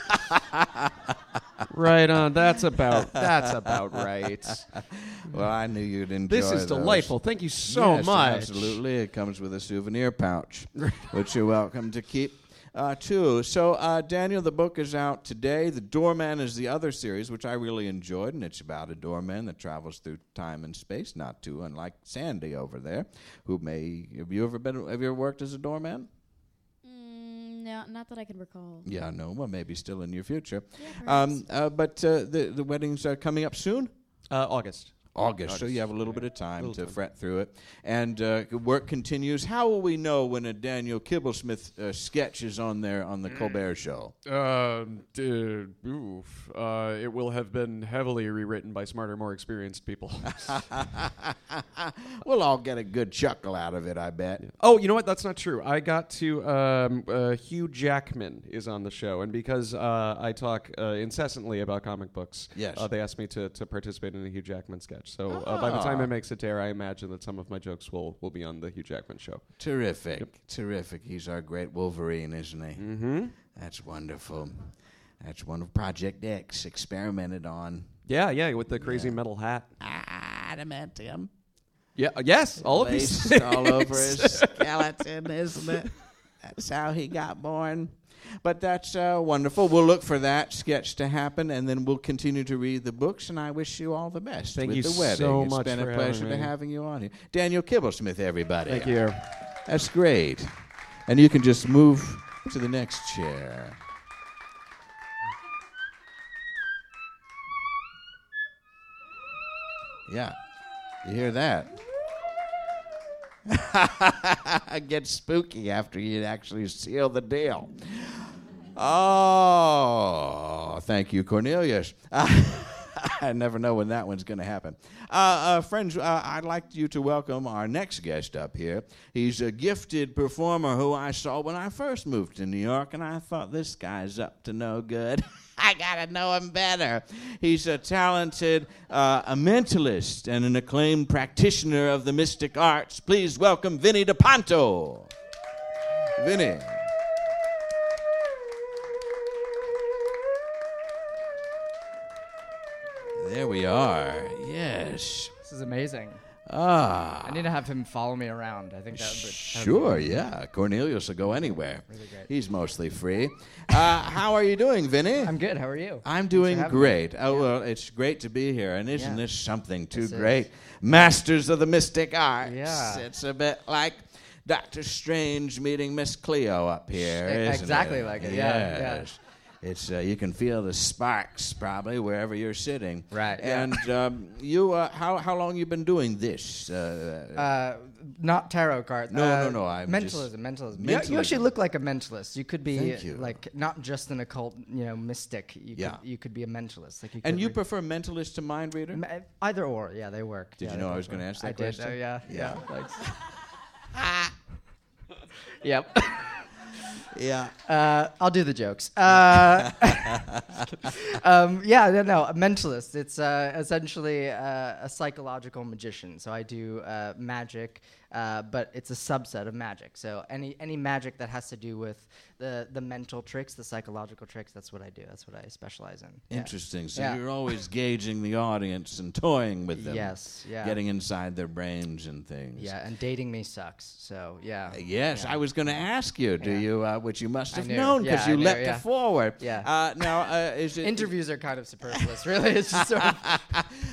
right on. That's about. That's about right.
Well, I knew you'd enjoy
This is
those.
delightful. Thank you so
Yes,
much.
Absolutely. It comes with a souvenir pouch, which you're welcome to keep. Uh, too. So, uh, Daniel, the book is out today. The Doorman is the other series, which I really enjoyed, and it's about a doorman that travels through time and space, not too unlike Sandy over there, who may. Have you ever been? Have you ever worked as a doorman?
Mm, no, Not not that I can recall.
Yeah, no, well, maybe still in your future.
Yeah,
um, uh, but uh, the the weddings are coming up soon.
Uh, August.
August, so you have a little bit of time to fret through it. And uh, c- work continues. How will we know when a Daniel Kibblesmith uh, sketch is on there on the Colbert Show?
Um, d- oof. Uh, it will have been heavily rewritten by smarter, more experienced people.
we'll all get a good chuckle out of it, I bet.
oh, you know what? That's not true. I got to um, uh, Hugh Jackman is on the show, and because uh, I talk uh, incessantly about comic books,
Yes.
uh, they asked me to, to participate in a Hugh Jackman sketch. So uh, by the time it makes it to air, I imagine that some of my jokes will will be on the Hugh Jackman show.
Terrific. Terrific. He's our great Wolverine, isn't he? Mm-hmm. That's wonderful. That's wonderful. Project X experimented on.
Yeah, yeah, with the crazy metal hat.
Adamantium.
Yeah, uh, yes, all of these.
Laced all over his skeleton, isn't it? That's how he got born. But that's uh, wonderful. We'll look for that sketch to happen, and then we'll continue to read the books. And I wish you all the best
Thank
with
you
the wedding.
so
It's
much
been
for
a
having
pleasure to
me.
having you on here, Daniel Kibblesmith. Everybody,
Thank you.
That's great. And you can just move to the next chair. Yeah. You hear that? Get spooky after you actually seal the deal. Oh, thank you, Cornelius. I never know when that one's going to happen. Uh, uh, friends, uh, I'd like you to welcome our next guest up here. He's a gifted performer who I saw when I first moved to New York, and I thought this guy's up to no good. I got to know him better. He's a talented uh, a mentalist and an acclaimed practitioner of the mystic arts. Please welcome Vinny DePanto. Vinny. There we are. Yes.
This is amazing.
Ah.
I need to have him follow me around. I think that would. that would be-
Sure, yeah. Cornelius will go anywhere. He's mostly free. Uh, how are you doing, Vinny?
I'm good. How are you?
I'm doing
having me.
great. Oh, well, it's great to be here. And isn't
Yeah.
this something too
This is.
great? Masters of the Mystic Arts.
Yeah.
It's a bit like Doctor Strange meeting Miss Cleo up here.
E-
isn't
exactly like it, yeah, yeah.
Yes. It's, uh, you can feel the sparks probably wherever you're sitting.
Right, yeah.
And um, you, uh, how, how long you been doing this? Uh,
Uh, not tarot cards.
No,
uh,
no, no, I'm
mentalism,
just-
mentalism. You- You,
Mentalism.
actually look like a mentalist. You could be
Thank you.
like not just an occult, you know, mystic. You
Yeah.
Could, you could be a mentalist. Like you.
and
could
you
read-
prefer mentalist to mind reader?
Ma- Either or, yeah, they work.
Did
Yeah,
you
they
know I
both
was gonna
work.
ask that
I
question?
Did. Oh, yeah,
Yeah.
yeah. Thanks. yep.
Yeah.
Uh, I'll do the jokes. Uh, um, yeah, no, no, a mentalist. It's uh, essentially uh, a psychological magician. So I do uh, magic, uh, but it's a subset of magic. So any any magic that has to do with the the mental tricks, the psychological tricks. That's what I do. That's what I specialize in. Yeah.
Interesting. So
Yeah.
you're always gauging the audience and toying with them.
Yes, yeah.
Getting inside their brains and things.
Yeah, and dating me sucks. So yeah.
Yes, I was going to ask you. Do
Yeah.
you, uh, which you must
I
have
knew.
known because
Yeah, I
you
knew,
leapt
yeah.
forward.
Yeah.
Uh, now, uh, is it
Interviews are kind of superfluous, really. It's just sort of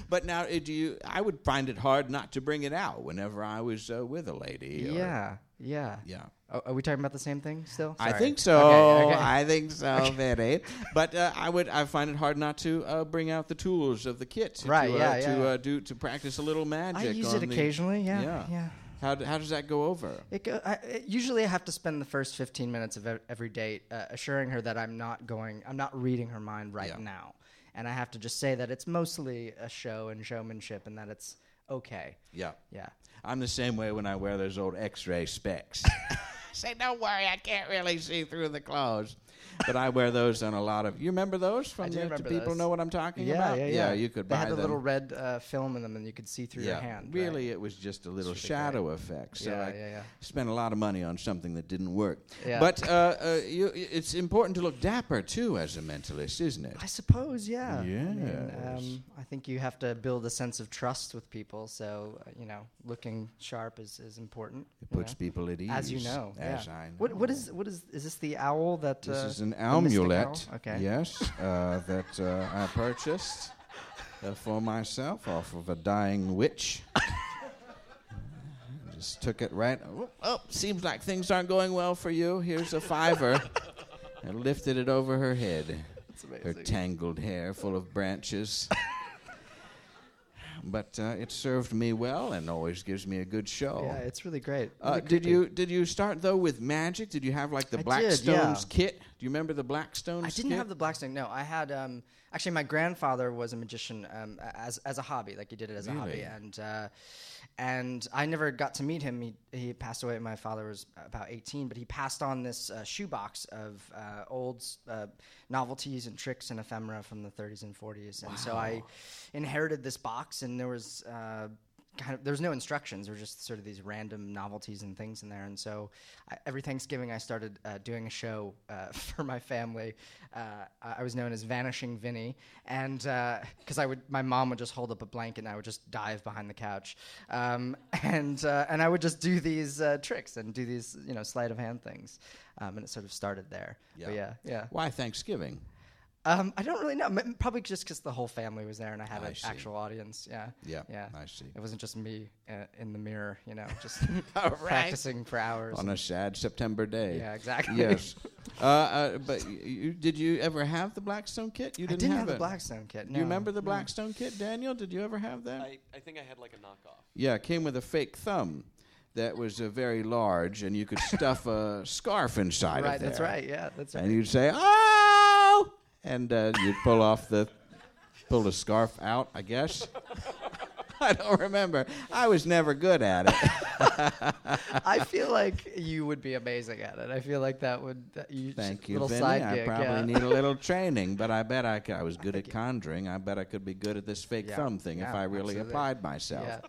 But now, uh, do you? I would find it hard not to bring it out whenever I was uh, with a lady. or-
yeah, yeah,
Yeah.
Are, are we talking about the same thing still?
I
Sorry.
think so.
Okay, okay.
I think so, Vinny. But uh, I would. I find it hard not to uh, bring out the tools of the kit. to,
Right,
uh,
yeah,
To
yeah.
uh, do to practice a little magic.
I use
on
it
the-
occasionally. Yeah,
Yeah.
yeah.
How, d- how does that go over?
It go, I, it, usually, I have to spend the first fifteen minutes of ev- every date uh, assuring her that I'm not going, I'm not reading her mind right
Yeah.
now, and I have to just say that it's mostly a show and showmanship, and that it's okay.
Yeah.
Yeah.
I'm the same way when I wear those old X-ray specs. Say, don't worry, I can't really see through the clothes. But I wear those on a lot of. You remember those from
do
the,
remember
people
those.
know what I'm talking about? you could
They
buy
had the
them.
little red uh, film in them, and you could see through your hand. right?
Really, it was just a little shadow effect. So
Yeah,
I
yeah, yeah.
spent a lot of money on something that didn't work.
Yeah.
But uh, uh, you, it's important to look dapper too as a mentalist, isn't it?
I suppose, yeah. I, mean,
Yes.
um, I think you have to build a sense of trust with people, so uh, you know, looking sharp is, is important.
It
you
puts
know?
people at ease.
as you know.
As
yeah.
I know.
What what is what is is this the owl that
This
uh,
is an
the mystic owl?
amulet.
Okay.
Yes, uh, that uh, I purchased uh, for myself off of a dying witch. Just took it right. Oh, oh, seems like things aren't going well for you. Here's a fiver. and lifted it over her head,
It's
her
amazing.
tangled hair full of branches. but uh, it served me well and always gives me a good show.
Yeah, it's really great.
Uh,
Really
did
creepy.
you did you start though with magic? Did you have like the
I
Black
did, yeah.
Stones kit? Do you remember the Black Stones?
I didn't
kit?
have the black snake. No, I had um, actually my grandfather was a magician um, a- as as a hobby, like he did it as a hobby, and uh, and I never got to meet him. He he passed away. My father was about eighteen, but he passed on this uh, shoebox of uh, old uh, novelties and tricks and ephemera from the 30s and 40s, and so I inherited this box, and there was. Uh, Kind of, there was no instructions. There were just sort of these random novelties and things in there. And so, I, every Thanksgiving, I started uh, doing a show uh, for my family. Uh, I I was known as Vanishing Vinny, and because I would, my mom would just hold up a blanket, and I would just dive behind the couch, um, and uh, and I would just do these uh, tricks and do these, you know, sleight of hand things, um, and it sort of started there. But yeah, yeah.
Why Thanksgiving?
Um, I don't really know. M- Probably just because the whole family was there and I had
I
an
see.
actual audience. Yeah.
Yeah,
Yeah.
I see.
It wasn't just me uh, in the mirror, you know, just practicing for hours.
On a sad September day.
Yeah, exactly.
Yes. uh, uh, but y- you, did you ever have the Blackstone kit? You
I
didn't,
didn't have
it.
the Blackstone kit.
Do you
no. Mm.
remember the Blackstone kit, Daniel? Did you ever have that?
I, I think I had like a knockoff.
yeah, it came with a fake thumb that was uh, very large, and you could stuff a scarf inside
Right.
of there.
That's right. Yeah. That's right.
And you'd say, "Oh," and uh, you'd pull off the pull the scarf out. I guess. I don't remember. I was never good at it.
I feel like you would be amazing at it. I feel like that would that you
Thank
just,
you,
little
Vinny.
side
I
gig,
probably
yeah.
need a little training, but I bet I, c- I was good at conjuring. I bet I could be good at this fake
Yeah.
thumb thing if
Yeah,
I really
absolutely.
applied myself.
Yeah.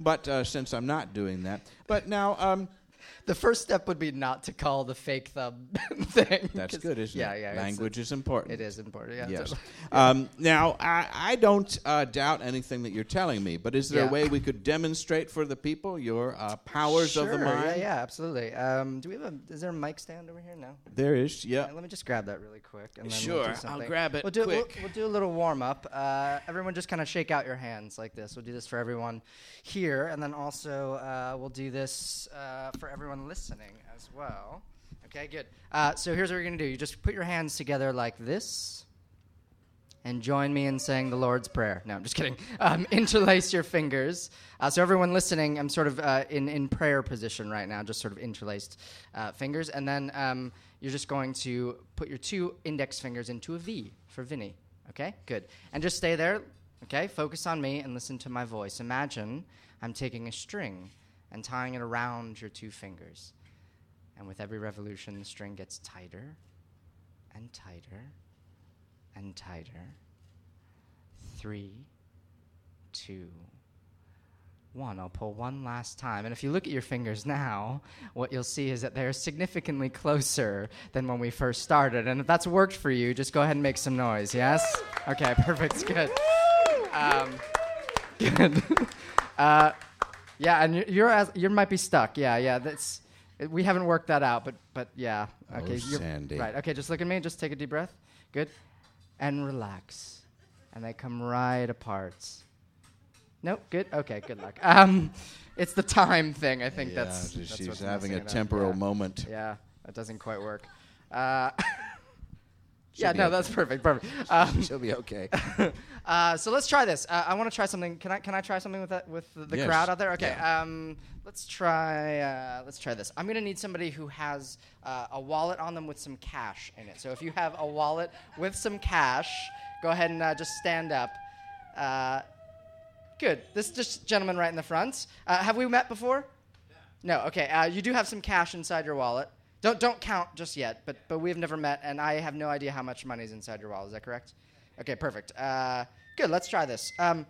But uh, since I'm not doing that, but now um,
The first step would be not to call the fake thumb thing.
that's
'cause-
good, isn't
yeah,
it?
Yeah. it's-
Language is important.
It is important. Yeah.
Yes.
totally.
Um, now, I, I don't uh, doubt anything that you're telling me, but is there a
Yeah.
way we could demonstrate for the people your uh, powers
sure,
of the mind?
Yeah, yeah, absolutely. Um, do we have a? Is there a mic stand over here? No.
There is, yeah.
Uh, Let me just grab that really quick. And then
Sure,
we'll
I'll
do something.
grab it
We'll do,
quick.
We'll, we'll do a little warm up. Uh, everyone, just kind of shake out your hands like this. We'll do this for everyone here, and then also uh, we'll do this uh, for everyone listening as well. Okay, good. Uh, so here's what we're gonna do. You just put your hands together like this. And join me in saying the Lord's Prayer. No, I'm just kidding. Um, interlace your fingers. Uh, so, everyone listening, I'm sort of uh, in, in prayer position right now, just sort of interlaced uh, fingers. And then um, you're just going to put your two index fingers into a V for Vinny. Okay, good. And just stay there. Okay, focus on me and listen to my voice. Imagine I'm taking a string and tying it around your two fingers. And with every revolution, the string gets tighter and tighter and tighter. Three, two, one. I'll pull one last time. And if you look at your fingers now, what you'll see is that they're significantly closer than when we first started. And if that's worked for you, just go ahead and make some noise, yes? Okay, perfect. Good. Um, good. Uh, yeah, and you- you're as, you might be stuck. Yeah, yeah. That's we haven't worked that out, but but yeah. Okay, you're-
Sandy.
Right. Okay, just look at me. Just take a deep breath. Good, and relax. And they come right apart. Nope. Good. Okay. Good luck. Um, it's the time thing. I think that's,
Yeah,
that's
she's
what's
having
messing
a
it up.
temporal
Yeah.
moment.
Yeah, that doesn't quite work. Uh, yeah,
be
no,
okay.
that's perfect. Perfect. Um,
She'll be okay.
uh, so let's try this. Uh, I want to try something. Can I? Can I try something with that, with the, the
Yes.
crowd out there? Okay. Um, let's try. Uh, let's try this. I'm gonna need somebody who has uh, a wallet on them with some cash in it. So if you have a wallet with some cash, go ahead and uh, just stand up. Uh, good. This just gentleman right in the front. Uh, have we met before? No. Okay. Uh, you do have some cash inside your wallet. Don't don't count just yet. But but we've never met, and I have no idea how much money is inside your wallet. Is that correct? Okay. Perfect. Uh, good. Let's try this. Um,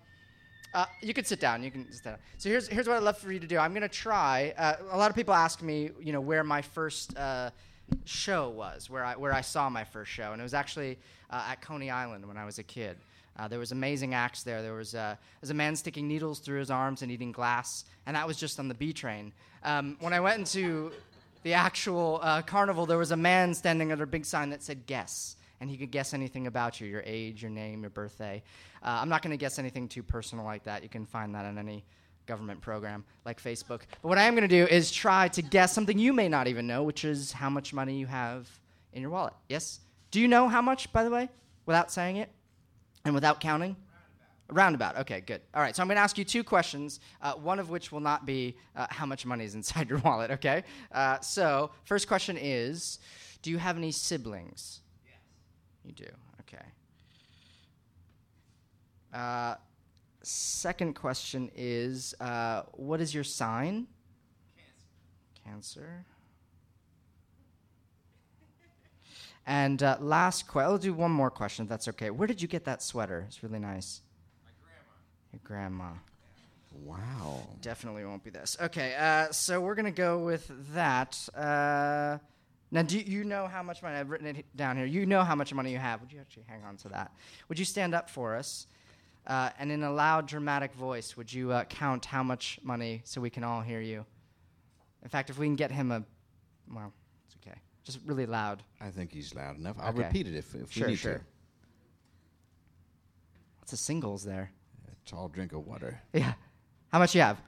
uh, you can sit down. You can sit down. So here's here's what I'd love for you to do. I'm gonna try. Uh, a lot of people ask me, you know, where my first uh, show was, where I where I saw my first show, and it was actually uh, at Coney Island when I was a kid. Uh, there was amazing acts there. There was, uh, there was a man sticking needles through his arms and eating glass, and that was just on the B train. Um, when I went into the actual uh, carnival, there was a man standing under a big sign that said "Guess," and he could guess anything about you your age, your name, your birthday. Uh, I'm not going to guess anything too personal like that. You can find that on any government program like Facebook. But what I am going to do is try to guess something you may not even know, which is how much money you have in your wallet. Yes? Do you know how much, by the way, without saying it and without counting? Roundabout. Okay, good. All right, so I'm going to ask you two questions, uh, one of which will not be uh, how much money is inside your wallet, okay? Uh, so, first question is Do you have any siblings? Yes. You do, okay. Uh, second question is uh, What is your sign? Cancer. Cancer. And uh, last question, I'll do one more question if that's okay. Where did you get that sweater? It's really nice. My grandma. Your grandma.
Wow.
Definitely won't be this. Okay, uh, so we're gonna go with that. Uh, now, do you know how much money I've written it down here? You know how much money you have. Would you actually hang on to that? Would you stand up for us? Uh, and in a loud, dramatic voice, would you uh, count how much money so we can all hear you? In fact, if we can get him a, well, it's okay. Just really loud.
I think he's loud enough. I'll
Okay.
repeat it if, if
Sure,
we need
sure.
to.
That's a singles there.
A tall drink of water.
Yeah. How much you have?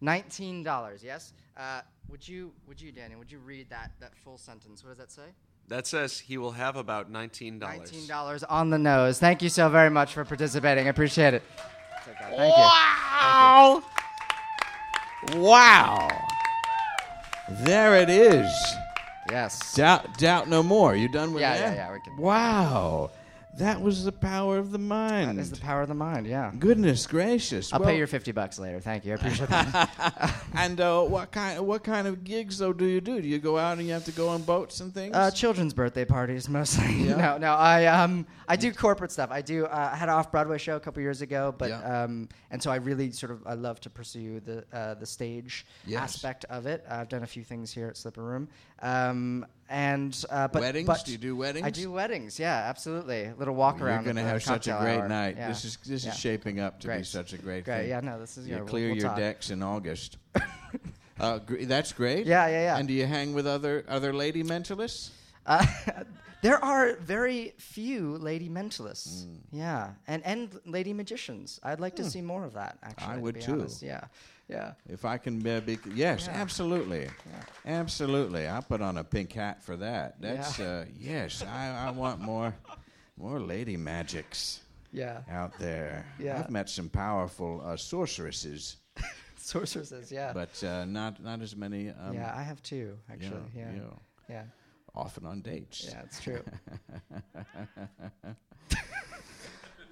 Nineteen dollars. Yes. Uh, would you, would you, Daniel? Would you read that that full sentence? What does that say?
That says he will have about $19.
Nineteen dollars on the nose. Thank you so very much for participating. I appreciate it. Take that. Thank you.
Wow! Wow! There it is.
Yes.
Doubt, doubt no more. You done with
Yeah,
that?
yeah, yeah, we can-
Wow, that was the power of the mind.
That is the power of the mind. Yeah.
Goodness gracious!
I'll
Well,
pay your fifty bucks later. Thank you. I appreciate that.
And uh, what kind what kind of gigs though do you do? Do you go out and you have to go on boats and things?
Uh, children's birthday parties mostly. no, no. I um I do corporate stuff. I do. Uh, I had an off Broadway show a couple years ago, but
Yeah.
um and so I really sort of I love to pursue the uh, the stage
Yes.
aspect of it. I've done a few things here at Slipper Room. Um and uh, but
Weddings?
but
Do you do
I
weddings?
do weddings. Yeah, absolutely. A little walk
You're
around.
gonna
at the
have such a
cocktail
great
hour.
night.
Yeah.
This is this
Yeah.
is shaping up to be
Great.
such a great,
Great.
thing.
Yeah, no, this is-
you
yeah, we'll-
clear
we'll
your
talk.
decks in August. uh, gr- that's great.
Yeah, yeah, yeah.
And do you hang with other other lady mentalists?
Uh, there are very few lady mentalists.
Hmm.
Yeah, and and lady magicians. I'd like to see more of that. Actually, to
would
be
too.
honest. Yeah, yeah.
If I can uh, be, yes, absolutely, absolutely. I put on a pink hat for that. That's uh, yes. I, I want more, more lady magics
Yeah,
out there.
Yeah.
I've met some powerful uh, sorceresses,
sorceresses. Yeah,
but uh, not not as many. Um,
yeah. I have two
you
actually.
know,
Yeah,
you
yeah,
know,
yeah.
often on dates.
it's true.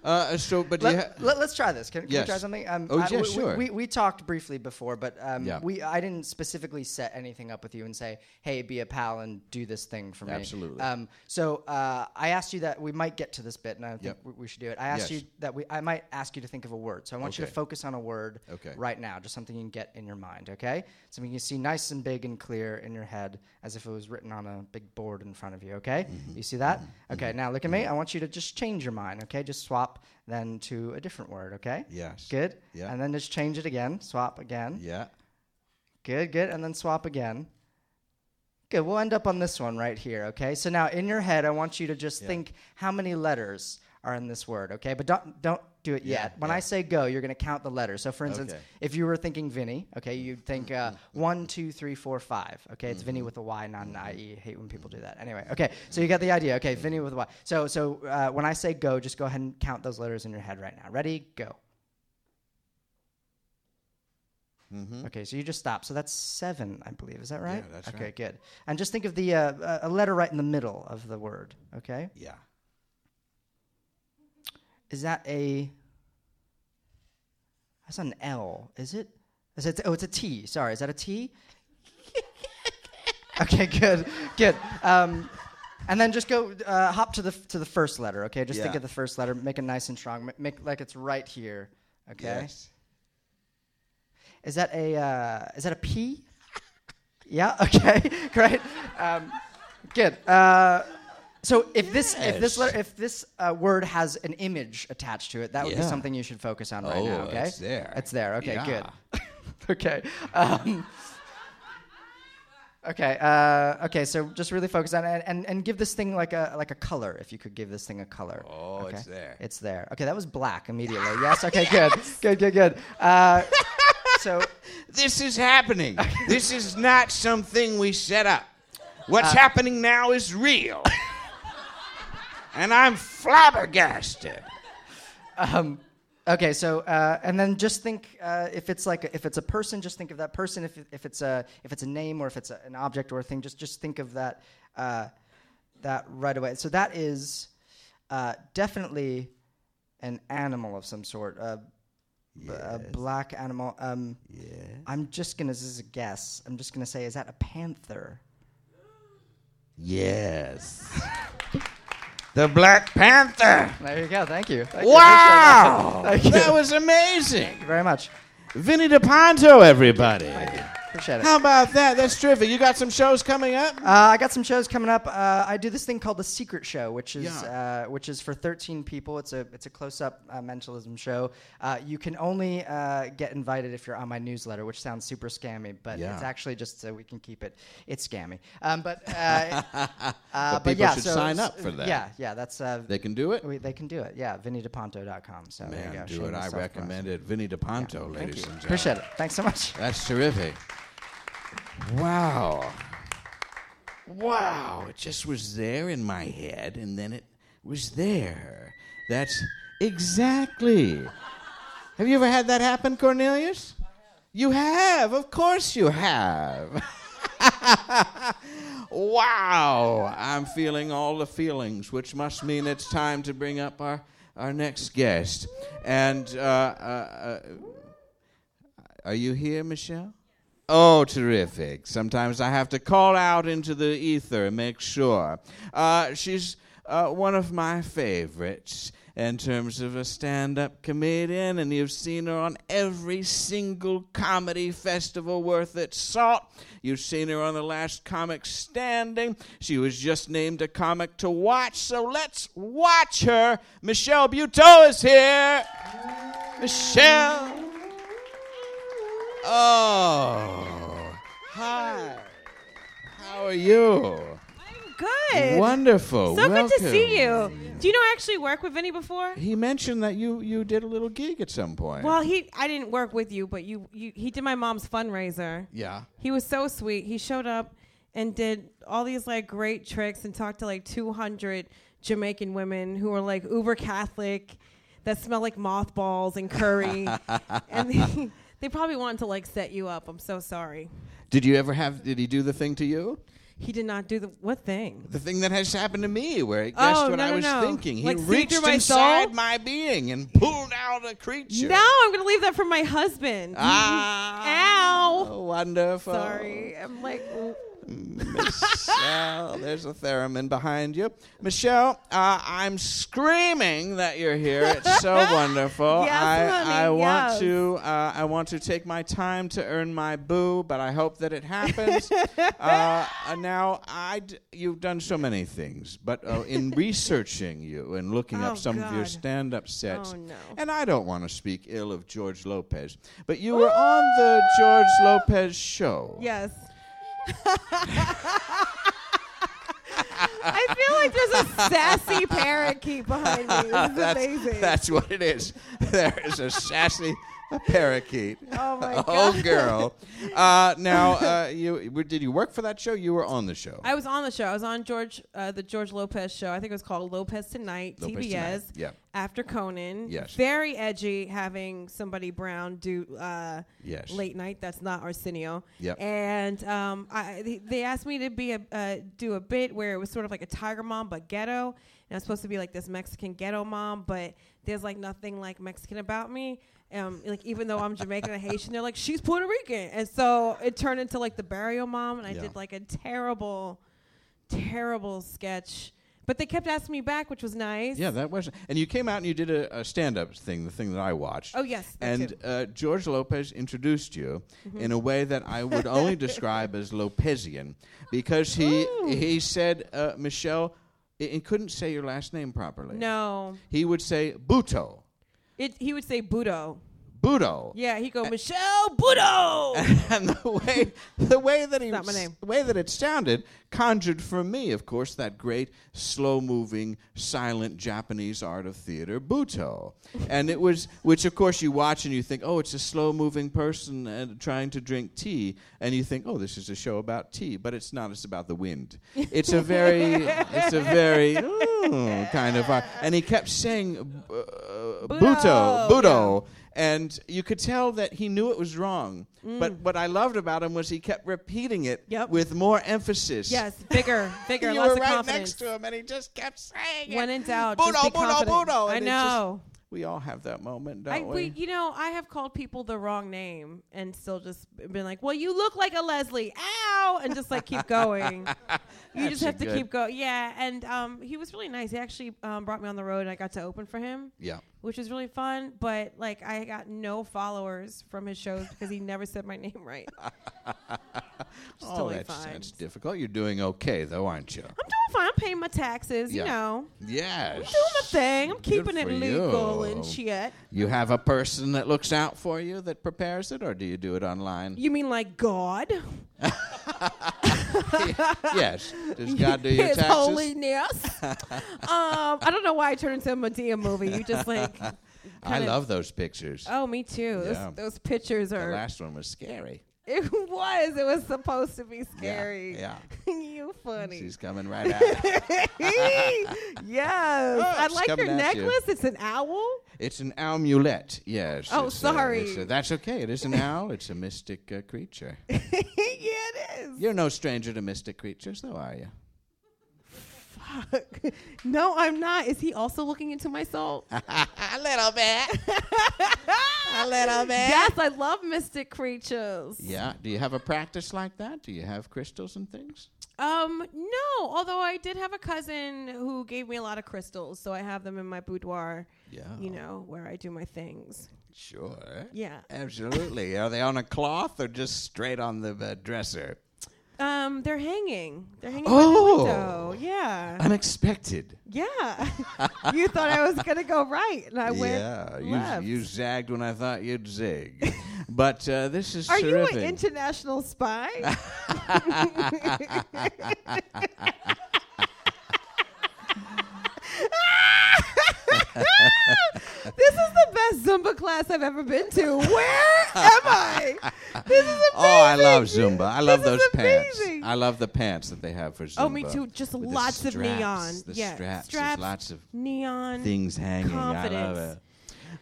Uh, so, but
let,
you ha-
let, us try this. Can, can
Yes.
we try something? Um,
Oh,
I-
yeah,
we,
sure.
We, we, we talked briefly before, but um,
Yeah.
we I didn't specifically set anything up with you and say, "Hey, be a pal and do this thing for me."
Absolutely.
Um, so uh, I asked you that we might get to this bit, and I think
Yep.
we, we should do it. I asked
Yes.
you that we I might ask you to think of a word. So I want you to
Okay.
focus on a word
Okay.
right now, just something you can get in your mind. Okay, something you can see nice and big and clear in your head, as if it was written on a big board in front of you. Okay,
Mm-hmm.
you see that? Okay, now look at me. I want you to just change your mind. Okay, just swap then to a different word. Okay.
Yes.
Good.
Yeah.
And then just change it again. Swap again.
yeah,
Good, good. And then swap again. Good. We'll end up on this one right here, okay? So now in your head, I want you to just think how many letters are in this word, okay? But don't don't do it
Yeah,
yet. When I say go, you're going to count the letters. So for instance,
Okay.
if you were thinking Vinny, okay, you'd think uh, one, two, three, four, five. Okay, it's
Mm-hmm.
Vinny with a Y, not an I E. Hate when people do that. Anyway, okay, so you got the idea. Okay, Vinny with a Y. So so uh, when I say go, just go ahead and count those letters in your head right now. Ready? Go. Okay, so you just stop. So that's seven, I believe. Is that right?
Mm-hmm. Yeah, that's
okay,
right.
good. And just think of the uh, uh, a letter right in the middle of the word. Okay,
yeah.
is that a? That's an L, is it? Is it? Oh, it's a T. Sorry, is that a T? okay, good, good. Um, and then just go uh, hop to the f- to the first letter. Okay, just think
Yeah.
of the first letter. Make it nice and strong. ma- Make like it's right here. Okay.
Yes.
Is that a uh, is that a P? Yeah. Okay. Great. Um, good. Uh, so if this if this letter if this uh, word has an image attached to it, that would be
Yeah.
something you should focus on right now.
Oh,
Okay.
it's there.
It's there. Okay.
Yeah.
Good. okay. Um, okay. Uh, okay. So just really focus on it and, and give this thing like a like a color. If you could give this thing a color.
Oh, it's
Okay.
there.
It's there. Okay. That was black immediately. yes. Okay. Good. Good. Good. Good. Uh, so.
This is happening. this is not something we set up. What's happening now is real. and I'm flabbergasted.
Okay, so uh, and then just think uh, if it's like if it's a person, just think of that person. If if it's a if it's a name or if it's a, an object or a thing, just just think of that uh, that right away. So that is uh, definitely an animal of some sort, a, b- a black animal. Um, I'm just gonna this is a guess. I'm just gonna say, is that a panther?
Yes. the Black Panther.
There you go. Thank you. Thank you.
Wow!
Thank you.
That was amazing.
Very much.
Vinny DePonto, everybody.
Appreciate it.
How about that? That's terrific. You got some shows coming up?
Uh, I got some shows coming up. Uh, I do this thing called the Secret Show, which is uh, which is for 13 people. It's a it's a close up uh, mentalism show. Uh, you can only uh, get invited if you're on my newsletter, which sounds super scammy, but
Yeah.
it's actually just so we can keep it it's scammy. Um, but uh, uh, but,
people
yeah,
should
so-
sign
so-
up for that.
Yeah, yeah, that's uh,
They can do it.
we, they can do it. Yeah, VinnyDePonto.com. So there you
Man,
go.
do it.
Shameless
I
self-promotion.
recommend it. Vinny DePonto, ladies
Thank you.
and gentlemen.
Appreciate it. Thanks so much.
That's terrific. Wow. Wow. It just was there in my head, and then it was there. That's exactly. Have you ever had that happen, Cornelius? You have. Of course you have. wow. I'm feeling all the feelings, which must mean it's time to bring up our, our next guest. And uh, uh, uh, are you here, Michelle? Oh, terrific. Sometimes I have to call out into the ether, make sure. Uh, she's uh, one of my favorites in terms of a stand up comedian, and you've seen her on every single comedy festival worth its salt. You've seen her on the last comic standing. She was just named a comic to watch, so let's watch her. Michelle Buteau is here. Michelle. Oh, hi. How are you?
Good.
Wonderful.
So
Welcome.
good to see you. Do you know I actually worked with Vinny before?
He mentioned that you you did a little gig at some point.
Well, he I didn't work with you, but you, you he did my mom's fundraiser.
yeah.
He was so sweet. He showed up and did all these like great tricks and talked to like 200 Jamaican women who were like uber Catholic that smell like mothballs and curry. and they, they probably wanted to like set you up. I'm so sorry.
Did you ever have? Did he do the thing to you?
He did not do the what thing?
The thing that has happened to me, where it
Oh,
guessed what
no,
I
no,
was
no.
thinking. He
Like, see
reached
through my
inside
soul?
my being and pulled out a creature.
No, I'm going to leave that for my husband.
Ah,
Ow.
Wonderful.
Sorry. I'm like
Michelle, there's a theremin behind you. Michelle, uh, I'm screaming that you're here. It's so wonderful.
Yes,
I,
honey,
I want
yes.
to uh, I want to take my time to earn my boo, but I hope that it happens. uh, uh, now, I d- you've done so many things, but uh, in researching you and looking
Oh,
up some of your
God.
stand-up sets,
Oh, no.
and I don't want to speak ill of George Lopez, but you were on the George Lopez show.
Yes. I feel like there's a
Sassy parakeet behind me. This is amazing.
That's what it is. There is a sassy parakeet.
oh my
Oh, girl. Uh, now, uh, you w- did you work for that show? You were on the show.
I was on the show. I was on George, uh, the George Lopez show. I think it was called Lopez Tonight,
Lopez
TBS.
Tonight, yeah.
After Conan.
Yes.
Very edgy having somebody brown do uh,
Yes.
late night. That's not Arsenio.
Yep.
And um, I, they- they asked me to be a uh, do a bit where it was sort of like a tiger mom but ghetto. And I was supposed to be like this Mexican ghetto mom, but there's like nothing like Mexican about me. Um, like even though I'm Jamaican and Haitian, they're like she's Puerto Rican, and so it turned into like the burial mom, and I
Yeah.
did like a terrible terrible sketch. But they kept asking me back, which was nice.
yeah, that was. And you came out and you did a, a stand-up thing, the thing that I watched.
Oh, yes, that
And
too.
uh, George Lopez introduced you in a way that I would only describe as Lopezian, because he he said uh, Michelle, and couldn't say your last name properly.
No,
He would say Buto.
it, he would say Budo.
Budo.
Yeah, he go Michelle Budo.
and the way the way that he
Not my
s-
name.
the way that it sounded conjured for me, of course, that great slow moving silent Japanese art of theater, Buto, and it was which of course you watch and you think, oh, it's a slow moving person uh, trying to drink tea, and you think, oh, this is a show about tea, but it's not. It's about the wind. It's a very it's a very ooh, kind of art, and he kept saying uh, Buto
Budo.
Budo and you could tell that he knew it was wrong. But what I loved about him was he kept repeating it
Mm. Yep.
with more emphasis.
yes, bigger, bigger,
you
lots
were
of
right
confidence.
next to him, and he just kept saying
When
it.
in doubt,
Budo,
just be
Budo,
confident.
Budo,
I
and it just-
know.
We all have that moment, don't
I,
we?
we, you know, I have called people the wrong name and still just been like, "Well, you look like a Leslie." Ow! And just like keep going. you just
a
have to
good-
keep going. Yeah, and um, he was really nice. He actually um, brought me on the road, and I got to open for him,
yeah.
which was really fun. But like, I got no followers from his shows because he never said my name right. I'm Just
oh,
totally
that
fine.
sounds difficult. You're doing okay, though, aren't you?
doing fine. I'm paying my taxes.
Yeah.
You know,
Yes.
doing my thing. I'm keeping it
for
legal
you.
and shit.
You have a person that looks out for you that prepares it, or do you do it online?
You mean like God?
yes. Does God do your
His
taxes?
holiness. um, I don't know why I turned into a Medea movie. You just like.
I
kinda-
love those pictures.
Oh, me too.
Yeah.
Those, those pictures
The
are.
last one was scary.
it was. It was supposed to be
Yeah,
scary.
yeah.
you funny.
She's coming right at.
yes. I
it's
like
Oh,
your
coming at you.
necklace. It's an owl.
It's an amulet. Yes.
Oh,
it's a-
sorry.
it's a- that's okay. It is an owl. It's a mystic uh, creature.
yeah, it is.
You're no stranger to mystic creatures, though, are you?
Fuck. no, I'm not. Is he also looking into my soul?
A little bit. a little bit.
yes, I love mystic creatures.
Yeah. Do you have a practice like that? Do you have crystals and things?
Um, no. Although I did have a cousin who gave me a lot of crystals, so I have them in my boudoir.
Yeah.
You know where I do my things.
Sure.
Yeah.
Absolutely. Are they on a cloth or just straight on the uh, dresser?
Um, they're hanging. They're hanging
Oh.
by the window. Yeah.
Unexpected.
Yeah. you thought I was gonna go right, and I
yeah,
went
you,
left.
you zagged when I thought you'd zig, but uh, this is
Are
terrific.
you an international spy? this is the best Zumba class I've ever been to. Where am I? This is amazing.
Oh, I love Zumba. I love
This
those
is
pants.
amazing.
I love the pants that they have for Zumba.
Oh, me too. Just
With the
lots of
straps,
neon.
The
yeah,
straps. there's
straps,
Lots of
neon.
things hanging. I love
confidence.
it.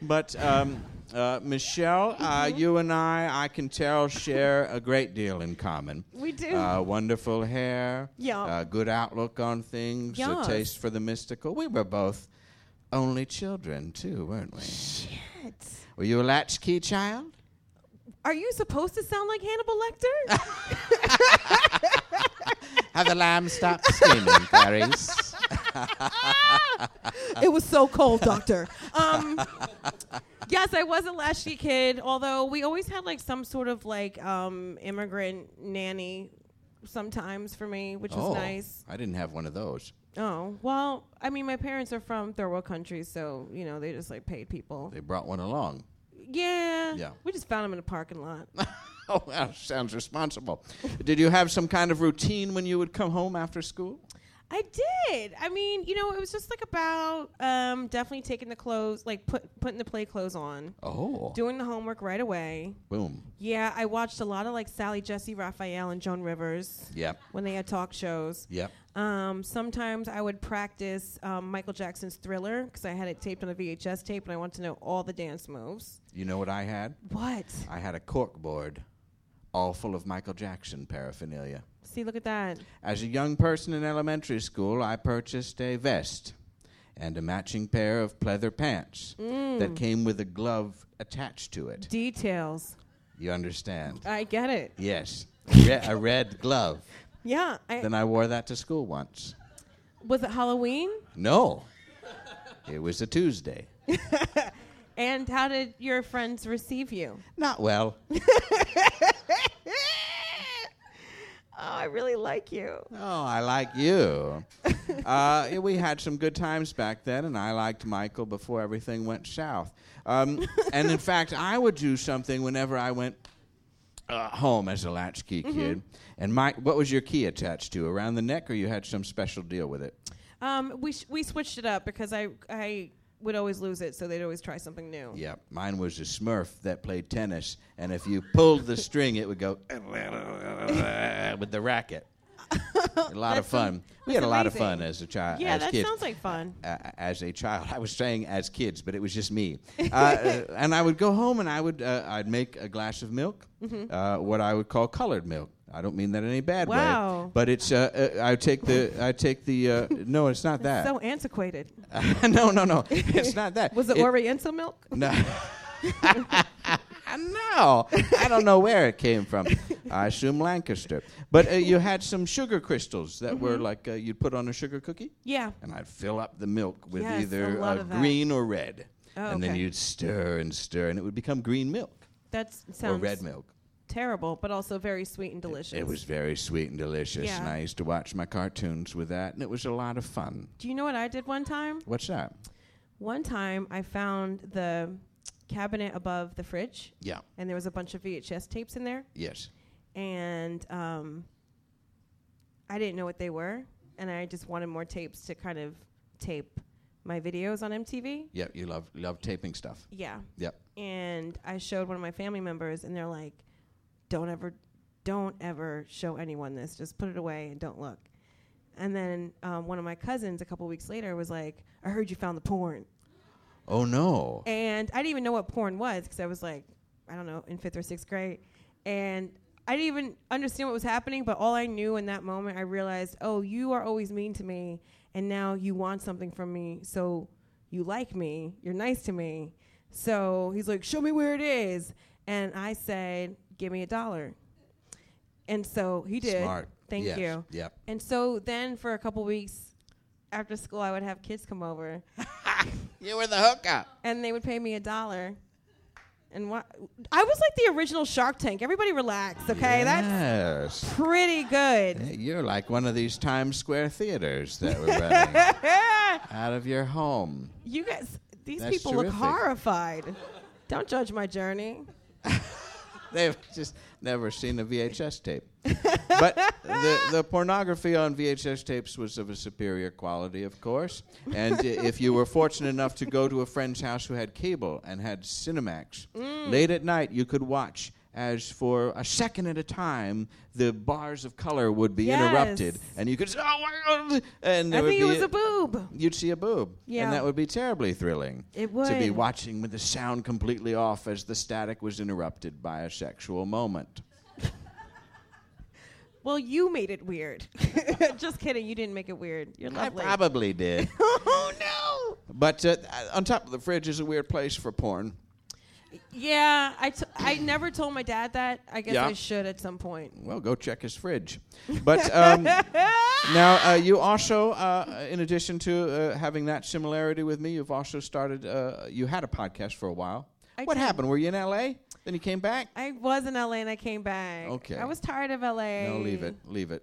But um, uh, Michelle, uh,
Mm-hmm.
you and I, I can tell, share a great deal in common.
We do.
Uh, wonderful hair.
Yeah.
Uh, good outlook on things.
Yes.
A taste for the mystical. We were both only children too, weren't we? Were you a latchkey child?
Are you supposed to sound like Hannibal Lecter?
Have the lamb stopped screaming, Clarice?
it was so cold, doctor. Um, yes, I was a latchkey kid, although we always had like some sort of like um, immigrant nanny sometimes for me, which was nice.
Oh, I didn't have one of those.
Oh, well, I mean, my parents are from third world countries, so, you know, they just like paid people.
They brought one along.
Yeah.
Yeah.
We just found them in a parking lot.
Oh, wow, sounds responsible. Did you have some kind of routine when you would come home after school?
I did. I mean, you know, it was just like about um, definitely taking the clothes, like put, putting the play clothes on,
Oh,
doing the homework right away.
boom.
Yeah, I watched a lot of like Sally Jesse Raphael and Joan Rivers
Yep,
when they had talk shows.
yep.
Um, sometimes I would practice um, Michael Jackson's Thriller because I had it taped on a VHS tape and I wanted to know all the dance moves.
You know what I had?
What?
I had a cork board, all full of Michael Jackson paraphernalia.
See, look at that.
As a young person in elementary school, I purchased a vest and a matching pair of pleather pants that came with a glove attached to it.
Details.
You understand?
I get it.
Yes. Re- a red glove.
Yeah. I,
Then I wore that to school once.
was it Halloween?
No. It was a Tuesday.
And how did your friends receive you?
Not well.
I really like you.
Oh, I like you. uh, yeah, we had some good times back then, and I liked Michael before everything went south. Um, and in fact, I would do something whenever I went uh, home as a latchkey kid. And Mike, what was your key attached to? Around the neck, or you had some special deal with it?
Um, we sh- we switched it up because I I would always lose it, so they'd always try something new.
Yeah, mine was a Smurf that played tennis, and if you pulled the string, it would go with the racket. A lot of
That's
fun.
am-
we had a
that's
lot of
amazing.
fun as a child.
Yeah,
as
that
kids.
sounds like fun.
uh, as a child. I was saying as kids, but it was just me. Uh, uh, and I would go home and I would uh, I'd make a glass of milk,
Mm-hmm.
uh, what I would call colored milk. I don't mean that in a bad way,
Wow.
but it's uh, uh, I would take the I would take the uh, no, it's not that.
So antiquated.
no, no, no, it's not that.
Was it, Oriental milk?
No. no, I don't know where it came from. I assume Lancaster. But uh, you had some sugar crystals that
Mm-hmm.
were like uh, you'd put on a sugar cookie
Yeah.
and I'd fill up the milk with
Yes,
either
a lot
uh,
of that.
green or red.
Oh,
and then
okay.
you'd stir and stir, and it would become green milk
That sounds
or red milk.
terrible, but also very sweet and delicious.
It was very sweet and delicious, and
Yeah.
I used to watch my cartoons with that, and it was a lot of fun.
Do you know what I did one time?
What's that?
One time I found the cabinet above the fridge,
Yeah,
and there was a bunch of VHS tapes in there,
yes.
and um, I didn't know what they were, and I just wanted more tapes to kind of tape my videos on MTV.
Yeah, you love love taping stuff.
Yeah.
Yep.
And I showed one of my family members, and they're like, "Don't ever, don't ever show anyone this. Just put it away and don't look." And then um, one of my cousins, a couple weeks later, was like, "I heard you found the porn,"
Oh no.
and I didn't even know what porn was because I was like, I don't know, in fifth or sixth grade, and I didn't even understand what was happening. But all I knew in that moment, I realized, oh, you are always mean to me, and now you want something from me, so you like me, you're nice to me. So he's like, show me where it is, and I said, give me a dollar, and so he did.
Smart.
Thank
Yes.
you.
Yep.
And so then for a couple weeks after school, I would have kids come over
You were the hookup.
and they would pay me a dollar. And what I was like the original Shark Tank. Everybody relax, okay? That's
Yes.
pretty good.
You're like one of these Times Square theaters that were running out of your home.
you guys, these
That's
people
terrific.
look horrified. Don't judge my journey.
They've just never seen a VHS tape. but the, the pornography on VHS tapes was of a superior quality, of course. And i- if you were fortunate enough to go to a friend's house who had cable and had Cinemax,
Mm.
late at night you could watch as for a second at a time the bars of color would be
Yes.
interrupted and you could say, oh my god and
I
there would
think it
be
was a boob.
you'd see a boob.
Yeah.
And that would be terribly thrilling.
It
To be
would.
watching with the sound completely off as the static was interrupted by a sexual moment.
Well, you made it weird. Just kidding. You didn't make it weird. You're lovely.
I probably did.
oh no.
but uh, on top of the fridge is a weird place for porn.
Yeah, I, t- I never told my dad that. I guess
Yeah.
I should at some point.
Well, go check his fridge. But um, now, uh, you also, uh, in addition to uh, having that similarity with me, you've also started, uh, you had a podcast for a while.
I
what
did.
happened? Were you in L.A.? Then you came back?
I was in LA and I came back.
Okay.
I was tired of LA.
No, leave it. Leave it.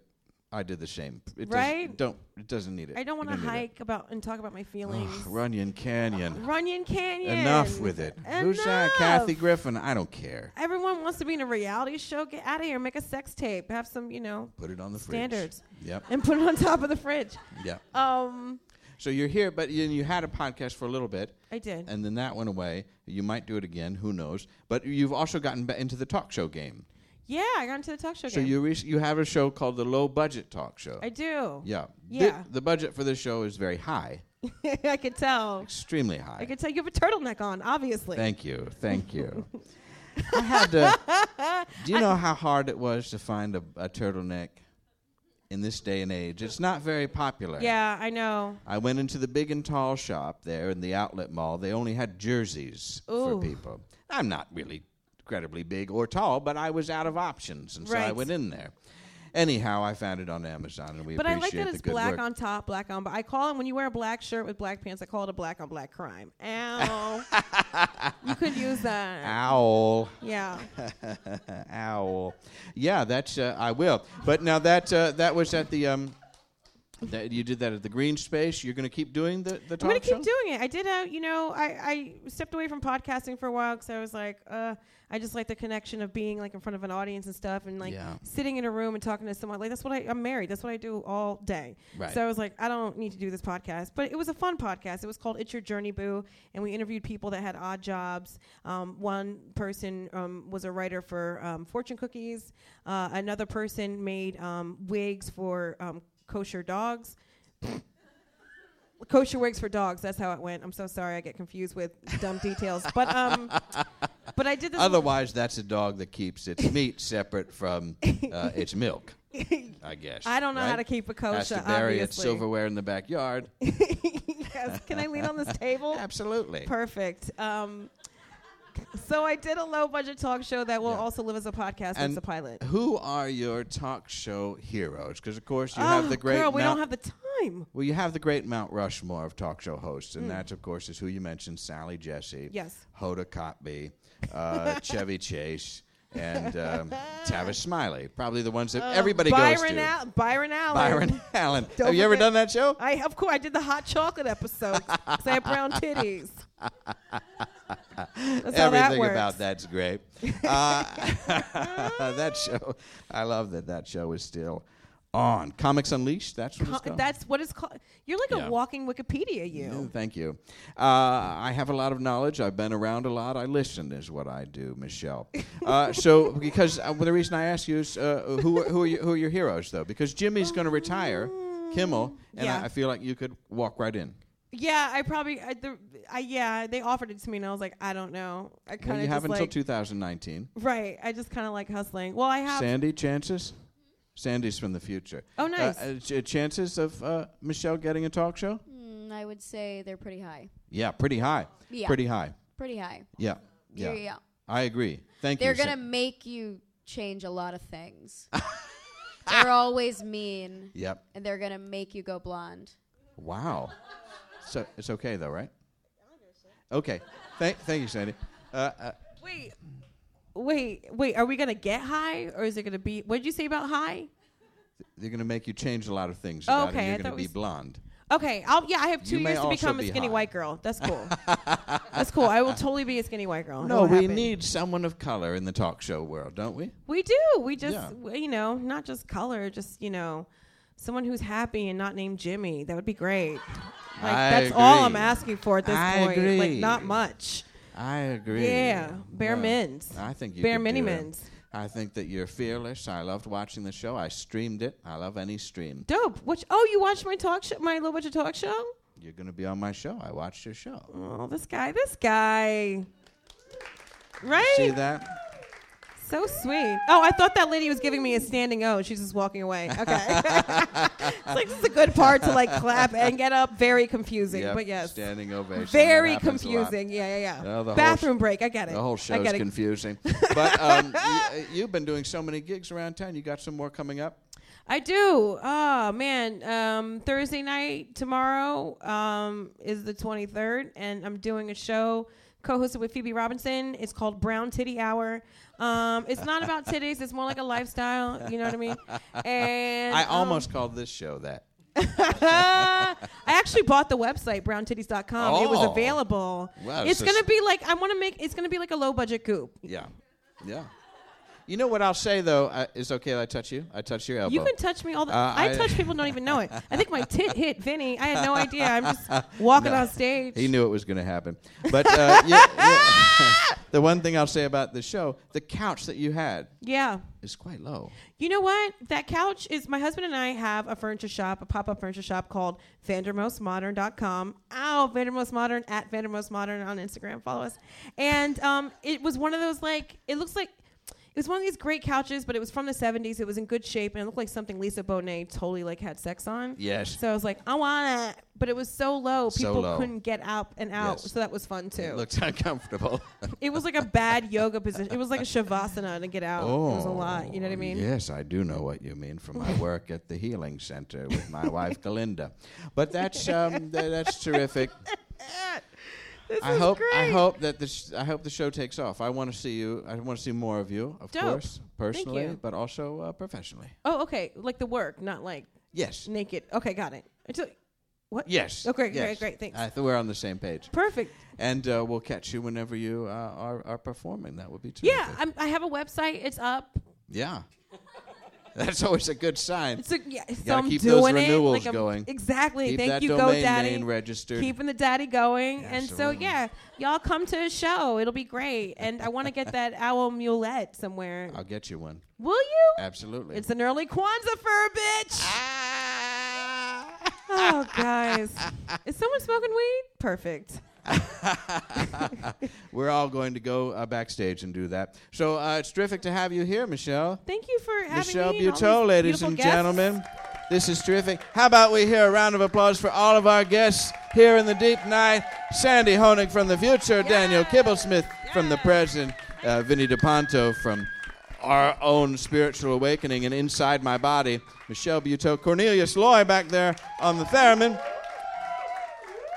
I did the same. It doesn't-
Right?
Don't. It doesn't need it.
I don't
You
want to
need it.
hike about and talk about my feelings.
Ugh, Runyon Canyon.
Runyon Canyon.
Enough with it. Who's that?
Enough.
Kathy Griffin. I don't care.
Everyone wants to be in a reality show. Get out of here. Make a sex tape. Have some, you know,
Put it on the
standards,
fridge. Yep.
and put it on top of the fridge.
Yep.
Um,
So you're here, but you, you had a podcast for a little bit,
I did.
and then that went away. You might do it again. Who knows? But you've also gotten ba- into the talk show game.
yeah, I got into the talk show
So
game.
you re- you have a show called the Low Budget Talk Show.
I do.
yeah. Thi-
Yeah.
the budget for this show is very high,
I could tell.
extremely high.
I could tell you have a turtleneck on, obviously.
Thank you. Thank you. I had to. Do you know how hard it was to find a, a turtleneck in this day and age? It's not very popular.
yeah, I know.
I went into the big and tall shop there in the outlet mall. They only had jerseys for
Ooh.
people. I'm not really incredibly big or tall, but I was out of options, and so I
Right.
went in there. Anyhow, I found it on Amazon, and we
But I like
appreciate
that
the
it's
good
black
work.
on top, black on. But I call it when you wear a black shirt with black pants. I call it a black on black crime. Ow! you could use that.
Owl.
Yeah.
Owl. Yeah, that's uh, I will. But now that uh, that was at the um, that you did that at the green space. You're going to keep doing the the
I'm
talk
gonna keep
show?
doing it. I did a, you know, I, I stepped away from podcasting for a while because I was like, uh, I just like the connection of being like in front of an audience and stuff, and like
Yeah.
sitting in a room and talking to someone. Like that's what I, I'm married. That's what I do all day.
Right.
So I was like, I don't need to do this podcast, but it was a fun podcast. It was called It's Your Journey, Boo, and we interviewed people that had odd jobs. Um, one person um, was a writer for um, fortune cookies. Uh, another person made um, wigs for um, kosher dogs kosher wigs for dogs. That's how it went. I'm so sorry. I get confused with dumb details. But um, but I did this.
Otherwise, that's a dog that keeps its meat separate from uh, its milk. I guess.
I don't know how
right?
to keep a kosher.
Has to bury its
obviously.
silverware in the backyard.
yes. Can I lean on this table?
Absolutely.
Perfect. Um, so I did a low budget talk show that will also live as a podcast.
And
it's a pilot.
Who are your talk show heroes? Because of course you have
Oh,
the great.
girl, we
Mount-
don't have the time.
Well, you have the great Mount Rushmore of talk show hosts,
Hmm.
and that's, of course, is who you mentioned: Sally Jesse,
Yes.
Hoda Kotb, uh, Chevy Chase, and um, Tavis Smiley. Probably the ones that everybody goes
Oh, Uh, Byron
to.
Al- Byron Allen.
Byron Allen.
Don't
have you ever
forget-
done that show?
I of course I did the hot chocolate episode. 'cause I have brown titties. That's how that
Everything
works.
about that's great. Uh, that show, I love that that show is still on. Comics Unleashed. That's what
Co-
it's called.
that's what it's called. You're like
Yeah.
a walking Wikipedia. You.
Yeah, Thank you. Uh, I have a lot of knowledge. I've been around a lot. I listen is what I do, Michelle. Uh, so because uh, well, the reason I ask you is uh, who are, who are you, who are your heroes though? Because Jimmy's going to retire, Kimmel, and
Oh, Yeah.
I, I feel like you could walk right in.
Yeah, I probably. I, the, I yeah, they offered it to me, and I was like, I don't know. I kind
Well,
of
you have
just
until
like
2019.
right. I just kind of like hustling. Well, I have.
Sandy, chances? Sandy's from the future.
Oh,
Uh,
nice.
Uh, ch- chances of uh, Michelle getting a talk show?
Mm, I would say they're pretty high.
Yeah, pretty high.
Yeah.
Pretty high.
Pretty high.
Yeah.
Yeah.
Yeah.
yeah.
I agree. Thank
They're
you. Sa-
going to make you change a lot of things. they're always mean,
Yep.
and they're going to make you go blonde.
Wow. So it's okay though, right? Okay. Thank, thank you, Sandy. Uh, uh,
Wait, wait, wait. Are we gonna get high, or is it gonna be? What did you say about high?
they're gonna make you change a lot of things.
Oh,
About
okay,
It. You're
I
gonna
thought
be
we s-
blonde.
Okay, I'll, yeah, I have two
You may
years to
also
become a
be
skinny
high.
white girl. That's cool. That's cool. I will totally be a skinny white girl. It
No,
will
we
happen.
need someone of color in the talk show world, don't we?
We do. We just,
Yeah.
w- you know, not just color, just, you know, someone who's happy and not named Jimmy. That would be great. Like,
I
that's all I'm
agree.
asking for at this
I
point. Like,
agree.
not much.
I agree.
Yeah, bare mins.
I think you
Bare
could
mini
do it.
mins.
I think that you're fearless. I loved watching the show. I streamed it. I love any stream.
Dope. Which, oh, you watched my talk show, my low budget talk show?
You're gonna be on my show. I watched your show.
Oh, this guy, this guy.
See
Right?
that?
So sweet. Oh, I thought that lady was giving me a standing O. She's just walking away. Okay. it's like, this is a good part to like clap and get up. Very confusing,
Yep,
but yes.
Standing ovation. That
Very
happens a lot.
confusing. Yeah, yeah, yeah.
Oh, the whole
Bathroom break. I get it.
The whole show
I
is
get it.
confusing. but um, you, you've been doing so many gigs around town. You got some more coming up.
I do. Oh man. Um, Thursday night tomorrow um, is the 23rd, and I'm doing a show co-hosted with Phoebe Robinson. It's called Brown Titty Hour. Um, it's not about titties. It's more like a lifestyle. You know what I mean? And
I
um,
almost called this show that.
I actually bought the website browntitties.com. It was
Oh.
available.
Wow,
it's
so-
gonna be like I want to make. It's gonna be like a low budget goop.
Yeah, yeah. You know what I'll say though uh, is okay. That I touch you. I touch your elbow.
You can touch me all the.
Uh,
I,
I-
touch people don't even know it. I think my tit hit Vinny. I had no idea. I'm just walking
No.
on stage.
He knew it was going to happen. But uh, yeah, yeah. the one thing I'll say about the show, the couch that you had
Yeah.
is quite low.
You know what? That couch is my husband and I have a furniture shop, a pop up furniture shop called VandermostModern.com. Ow, VandermostModern at VandermostModern on Instagram. Follow us. And um, it was one of those like, it looks like. It was one of these great couches, but it was from the 70s. It was in good shape, and it looked like something Lisa Bonet totally like had sex on.
Yes.
So I was like, I want it, but it was so low,
So
people
low.
couldn't get up and out.
Yes.
So that was fun too.
It looks uncomfortable.
It was like a bad yoga position. It was like a shavasana to get out. It was a lot. You know what I mean?
Oh, Yes, I do know what you mean from my work at the Healing Center with my wife, Galinda. But that's um, th- that's terrific. Oh, I hope I hope that this I hope the show takes off. I want to see you. I want to see more of you, of
Dope.
course, personally,
you.
but also uh, professionally.
Oh, okay. Like the work, not like
Yes.
naked. Okay, got it. I took- what?
Yes.
Oh, great,
yes.
great, great. Thanks.
I think we're on the same page.
Perfect.
And uh, we'll catch you whenever you uh, are, are performing. That would be terrific.
Yeah, I'm, I have a website. It's up.
yeah. That's always a good sign.
It's a, yeah, so
Gotta
I'm
keep those
doing
renewals
it. Like I'm-
going.
Exactly.
Keep
Thank
that
you,
domain
GoDaddy.
name registered.
Keeping the daddy going. And so,
Absolutely.
yeah, y'all come to a show. It'll be great. And I want to get that owl mulette somewhere.
I'll get you one.
Will you?
Absolutely.
It's an early Kwanzaa fur, bitch. Oh, guys. Is someone smoking weed? Perfect.
We're all going to go uh, backstage and do that. So uh, it's terrific to have you here, Michelle.
Thank you for having
Michelle
me. and all
Buteau,
these
ladies
beautiful
and
guests.
gentlemen. This is terrific. How about we hear a round of applause for all of our guests here in the deep night? Sandy Honig from the future, Daniel Kibblesmith from the present, uh, Vinny DePonto from our own spiritual awakening and inside my body, Michelle Buteau, Cornelius Loy back there on the theremin.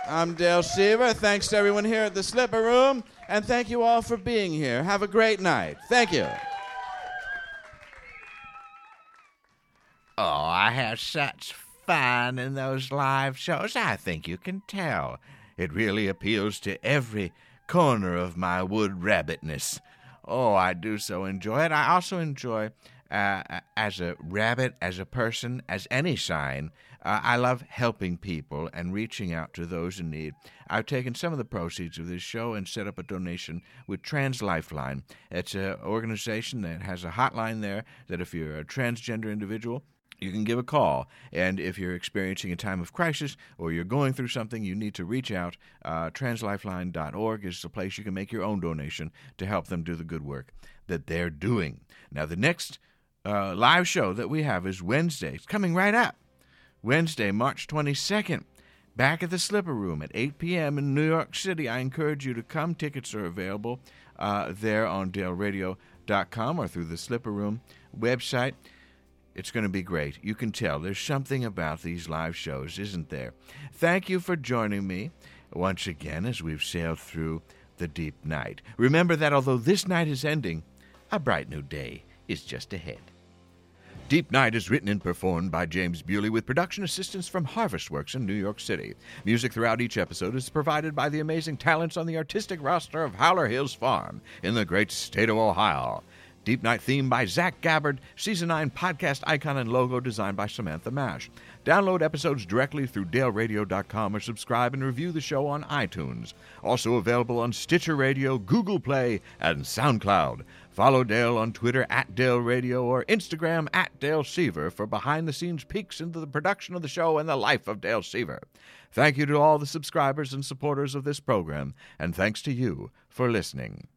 I'm Dale Seaver. Thanks to everyone here at the Slipper Room, and thank you all for being here. Have a great night. Thank you.
Oh, I have such fun in those live shows. I think you can tell. It really appeals to every corner of my wood rabbitness. Oh, I do so enjoy it. I also enjoy, uh, as a rabbit, as a person, as any sign, uh, I love helping people and reaching out to those in need. I've taken some of the proceeds of this show and set up a donation with Trans Lifeline. It's an organization that has a hotline there that if you're a transgender individual, you can give a call. And if you're experiencing a time of crisis or you're going through something, you need to reach out. Uh, translifeline.org is the place you can make your own donation to help them do the good work that they're doing. Now, the next uh, live show that we have is Wednesday. It's coming right up. Wednesday, March 22nd, back at the Slipper Room at 8 p.m. in New York City. I encourage you to come. Tickets are available uh, there on DaleRadio.com or through the Slipper Room website. It's going to be great. You can tell there's something about these live shows, isn't there? Thank you for joining me once again as we've sailed through the deep night. Remember that although this night is ending, a bright new day is just ahead. Deep Night is written and performed by James Bewley with production assistance from Harvest Works in New York City. Music throughout each episode is provided by the amazing talents on the artistic roster of Howler Hills Farm in the great state of Ohio. Deep Night theme by Zach Gabbard, Season 9 podcast icon and logo designed by Samantha Mash. Download episodes directly through daleradio.com or subscribe and review the show on iTunes. Also available on Stitcher Radio, Google Play, and SoundCloud. Follow Dale on Twitter at Dale Radio or Instagram at Dale Seaver for behind the scenes peeks into the production of the show and the life of Dale Seaver. Thank you to all the subscribers and supporters of this program, and thanks to you for listening.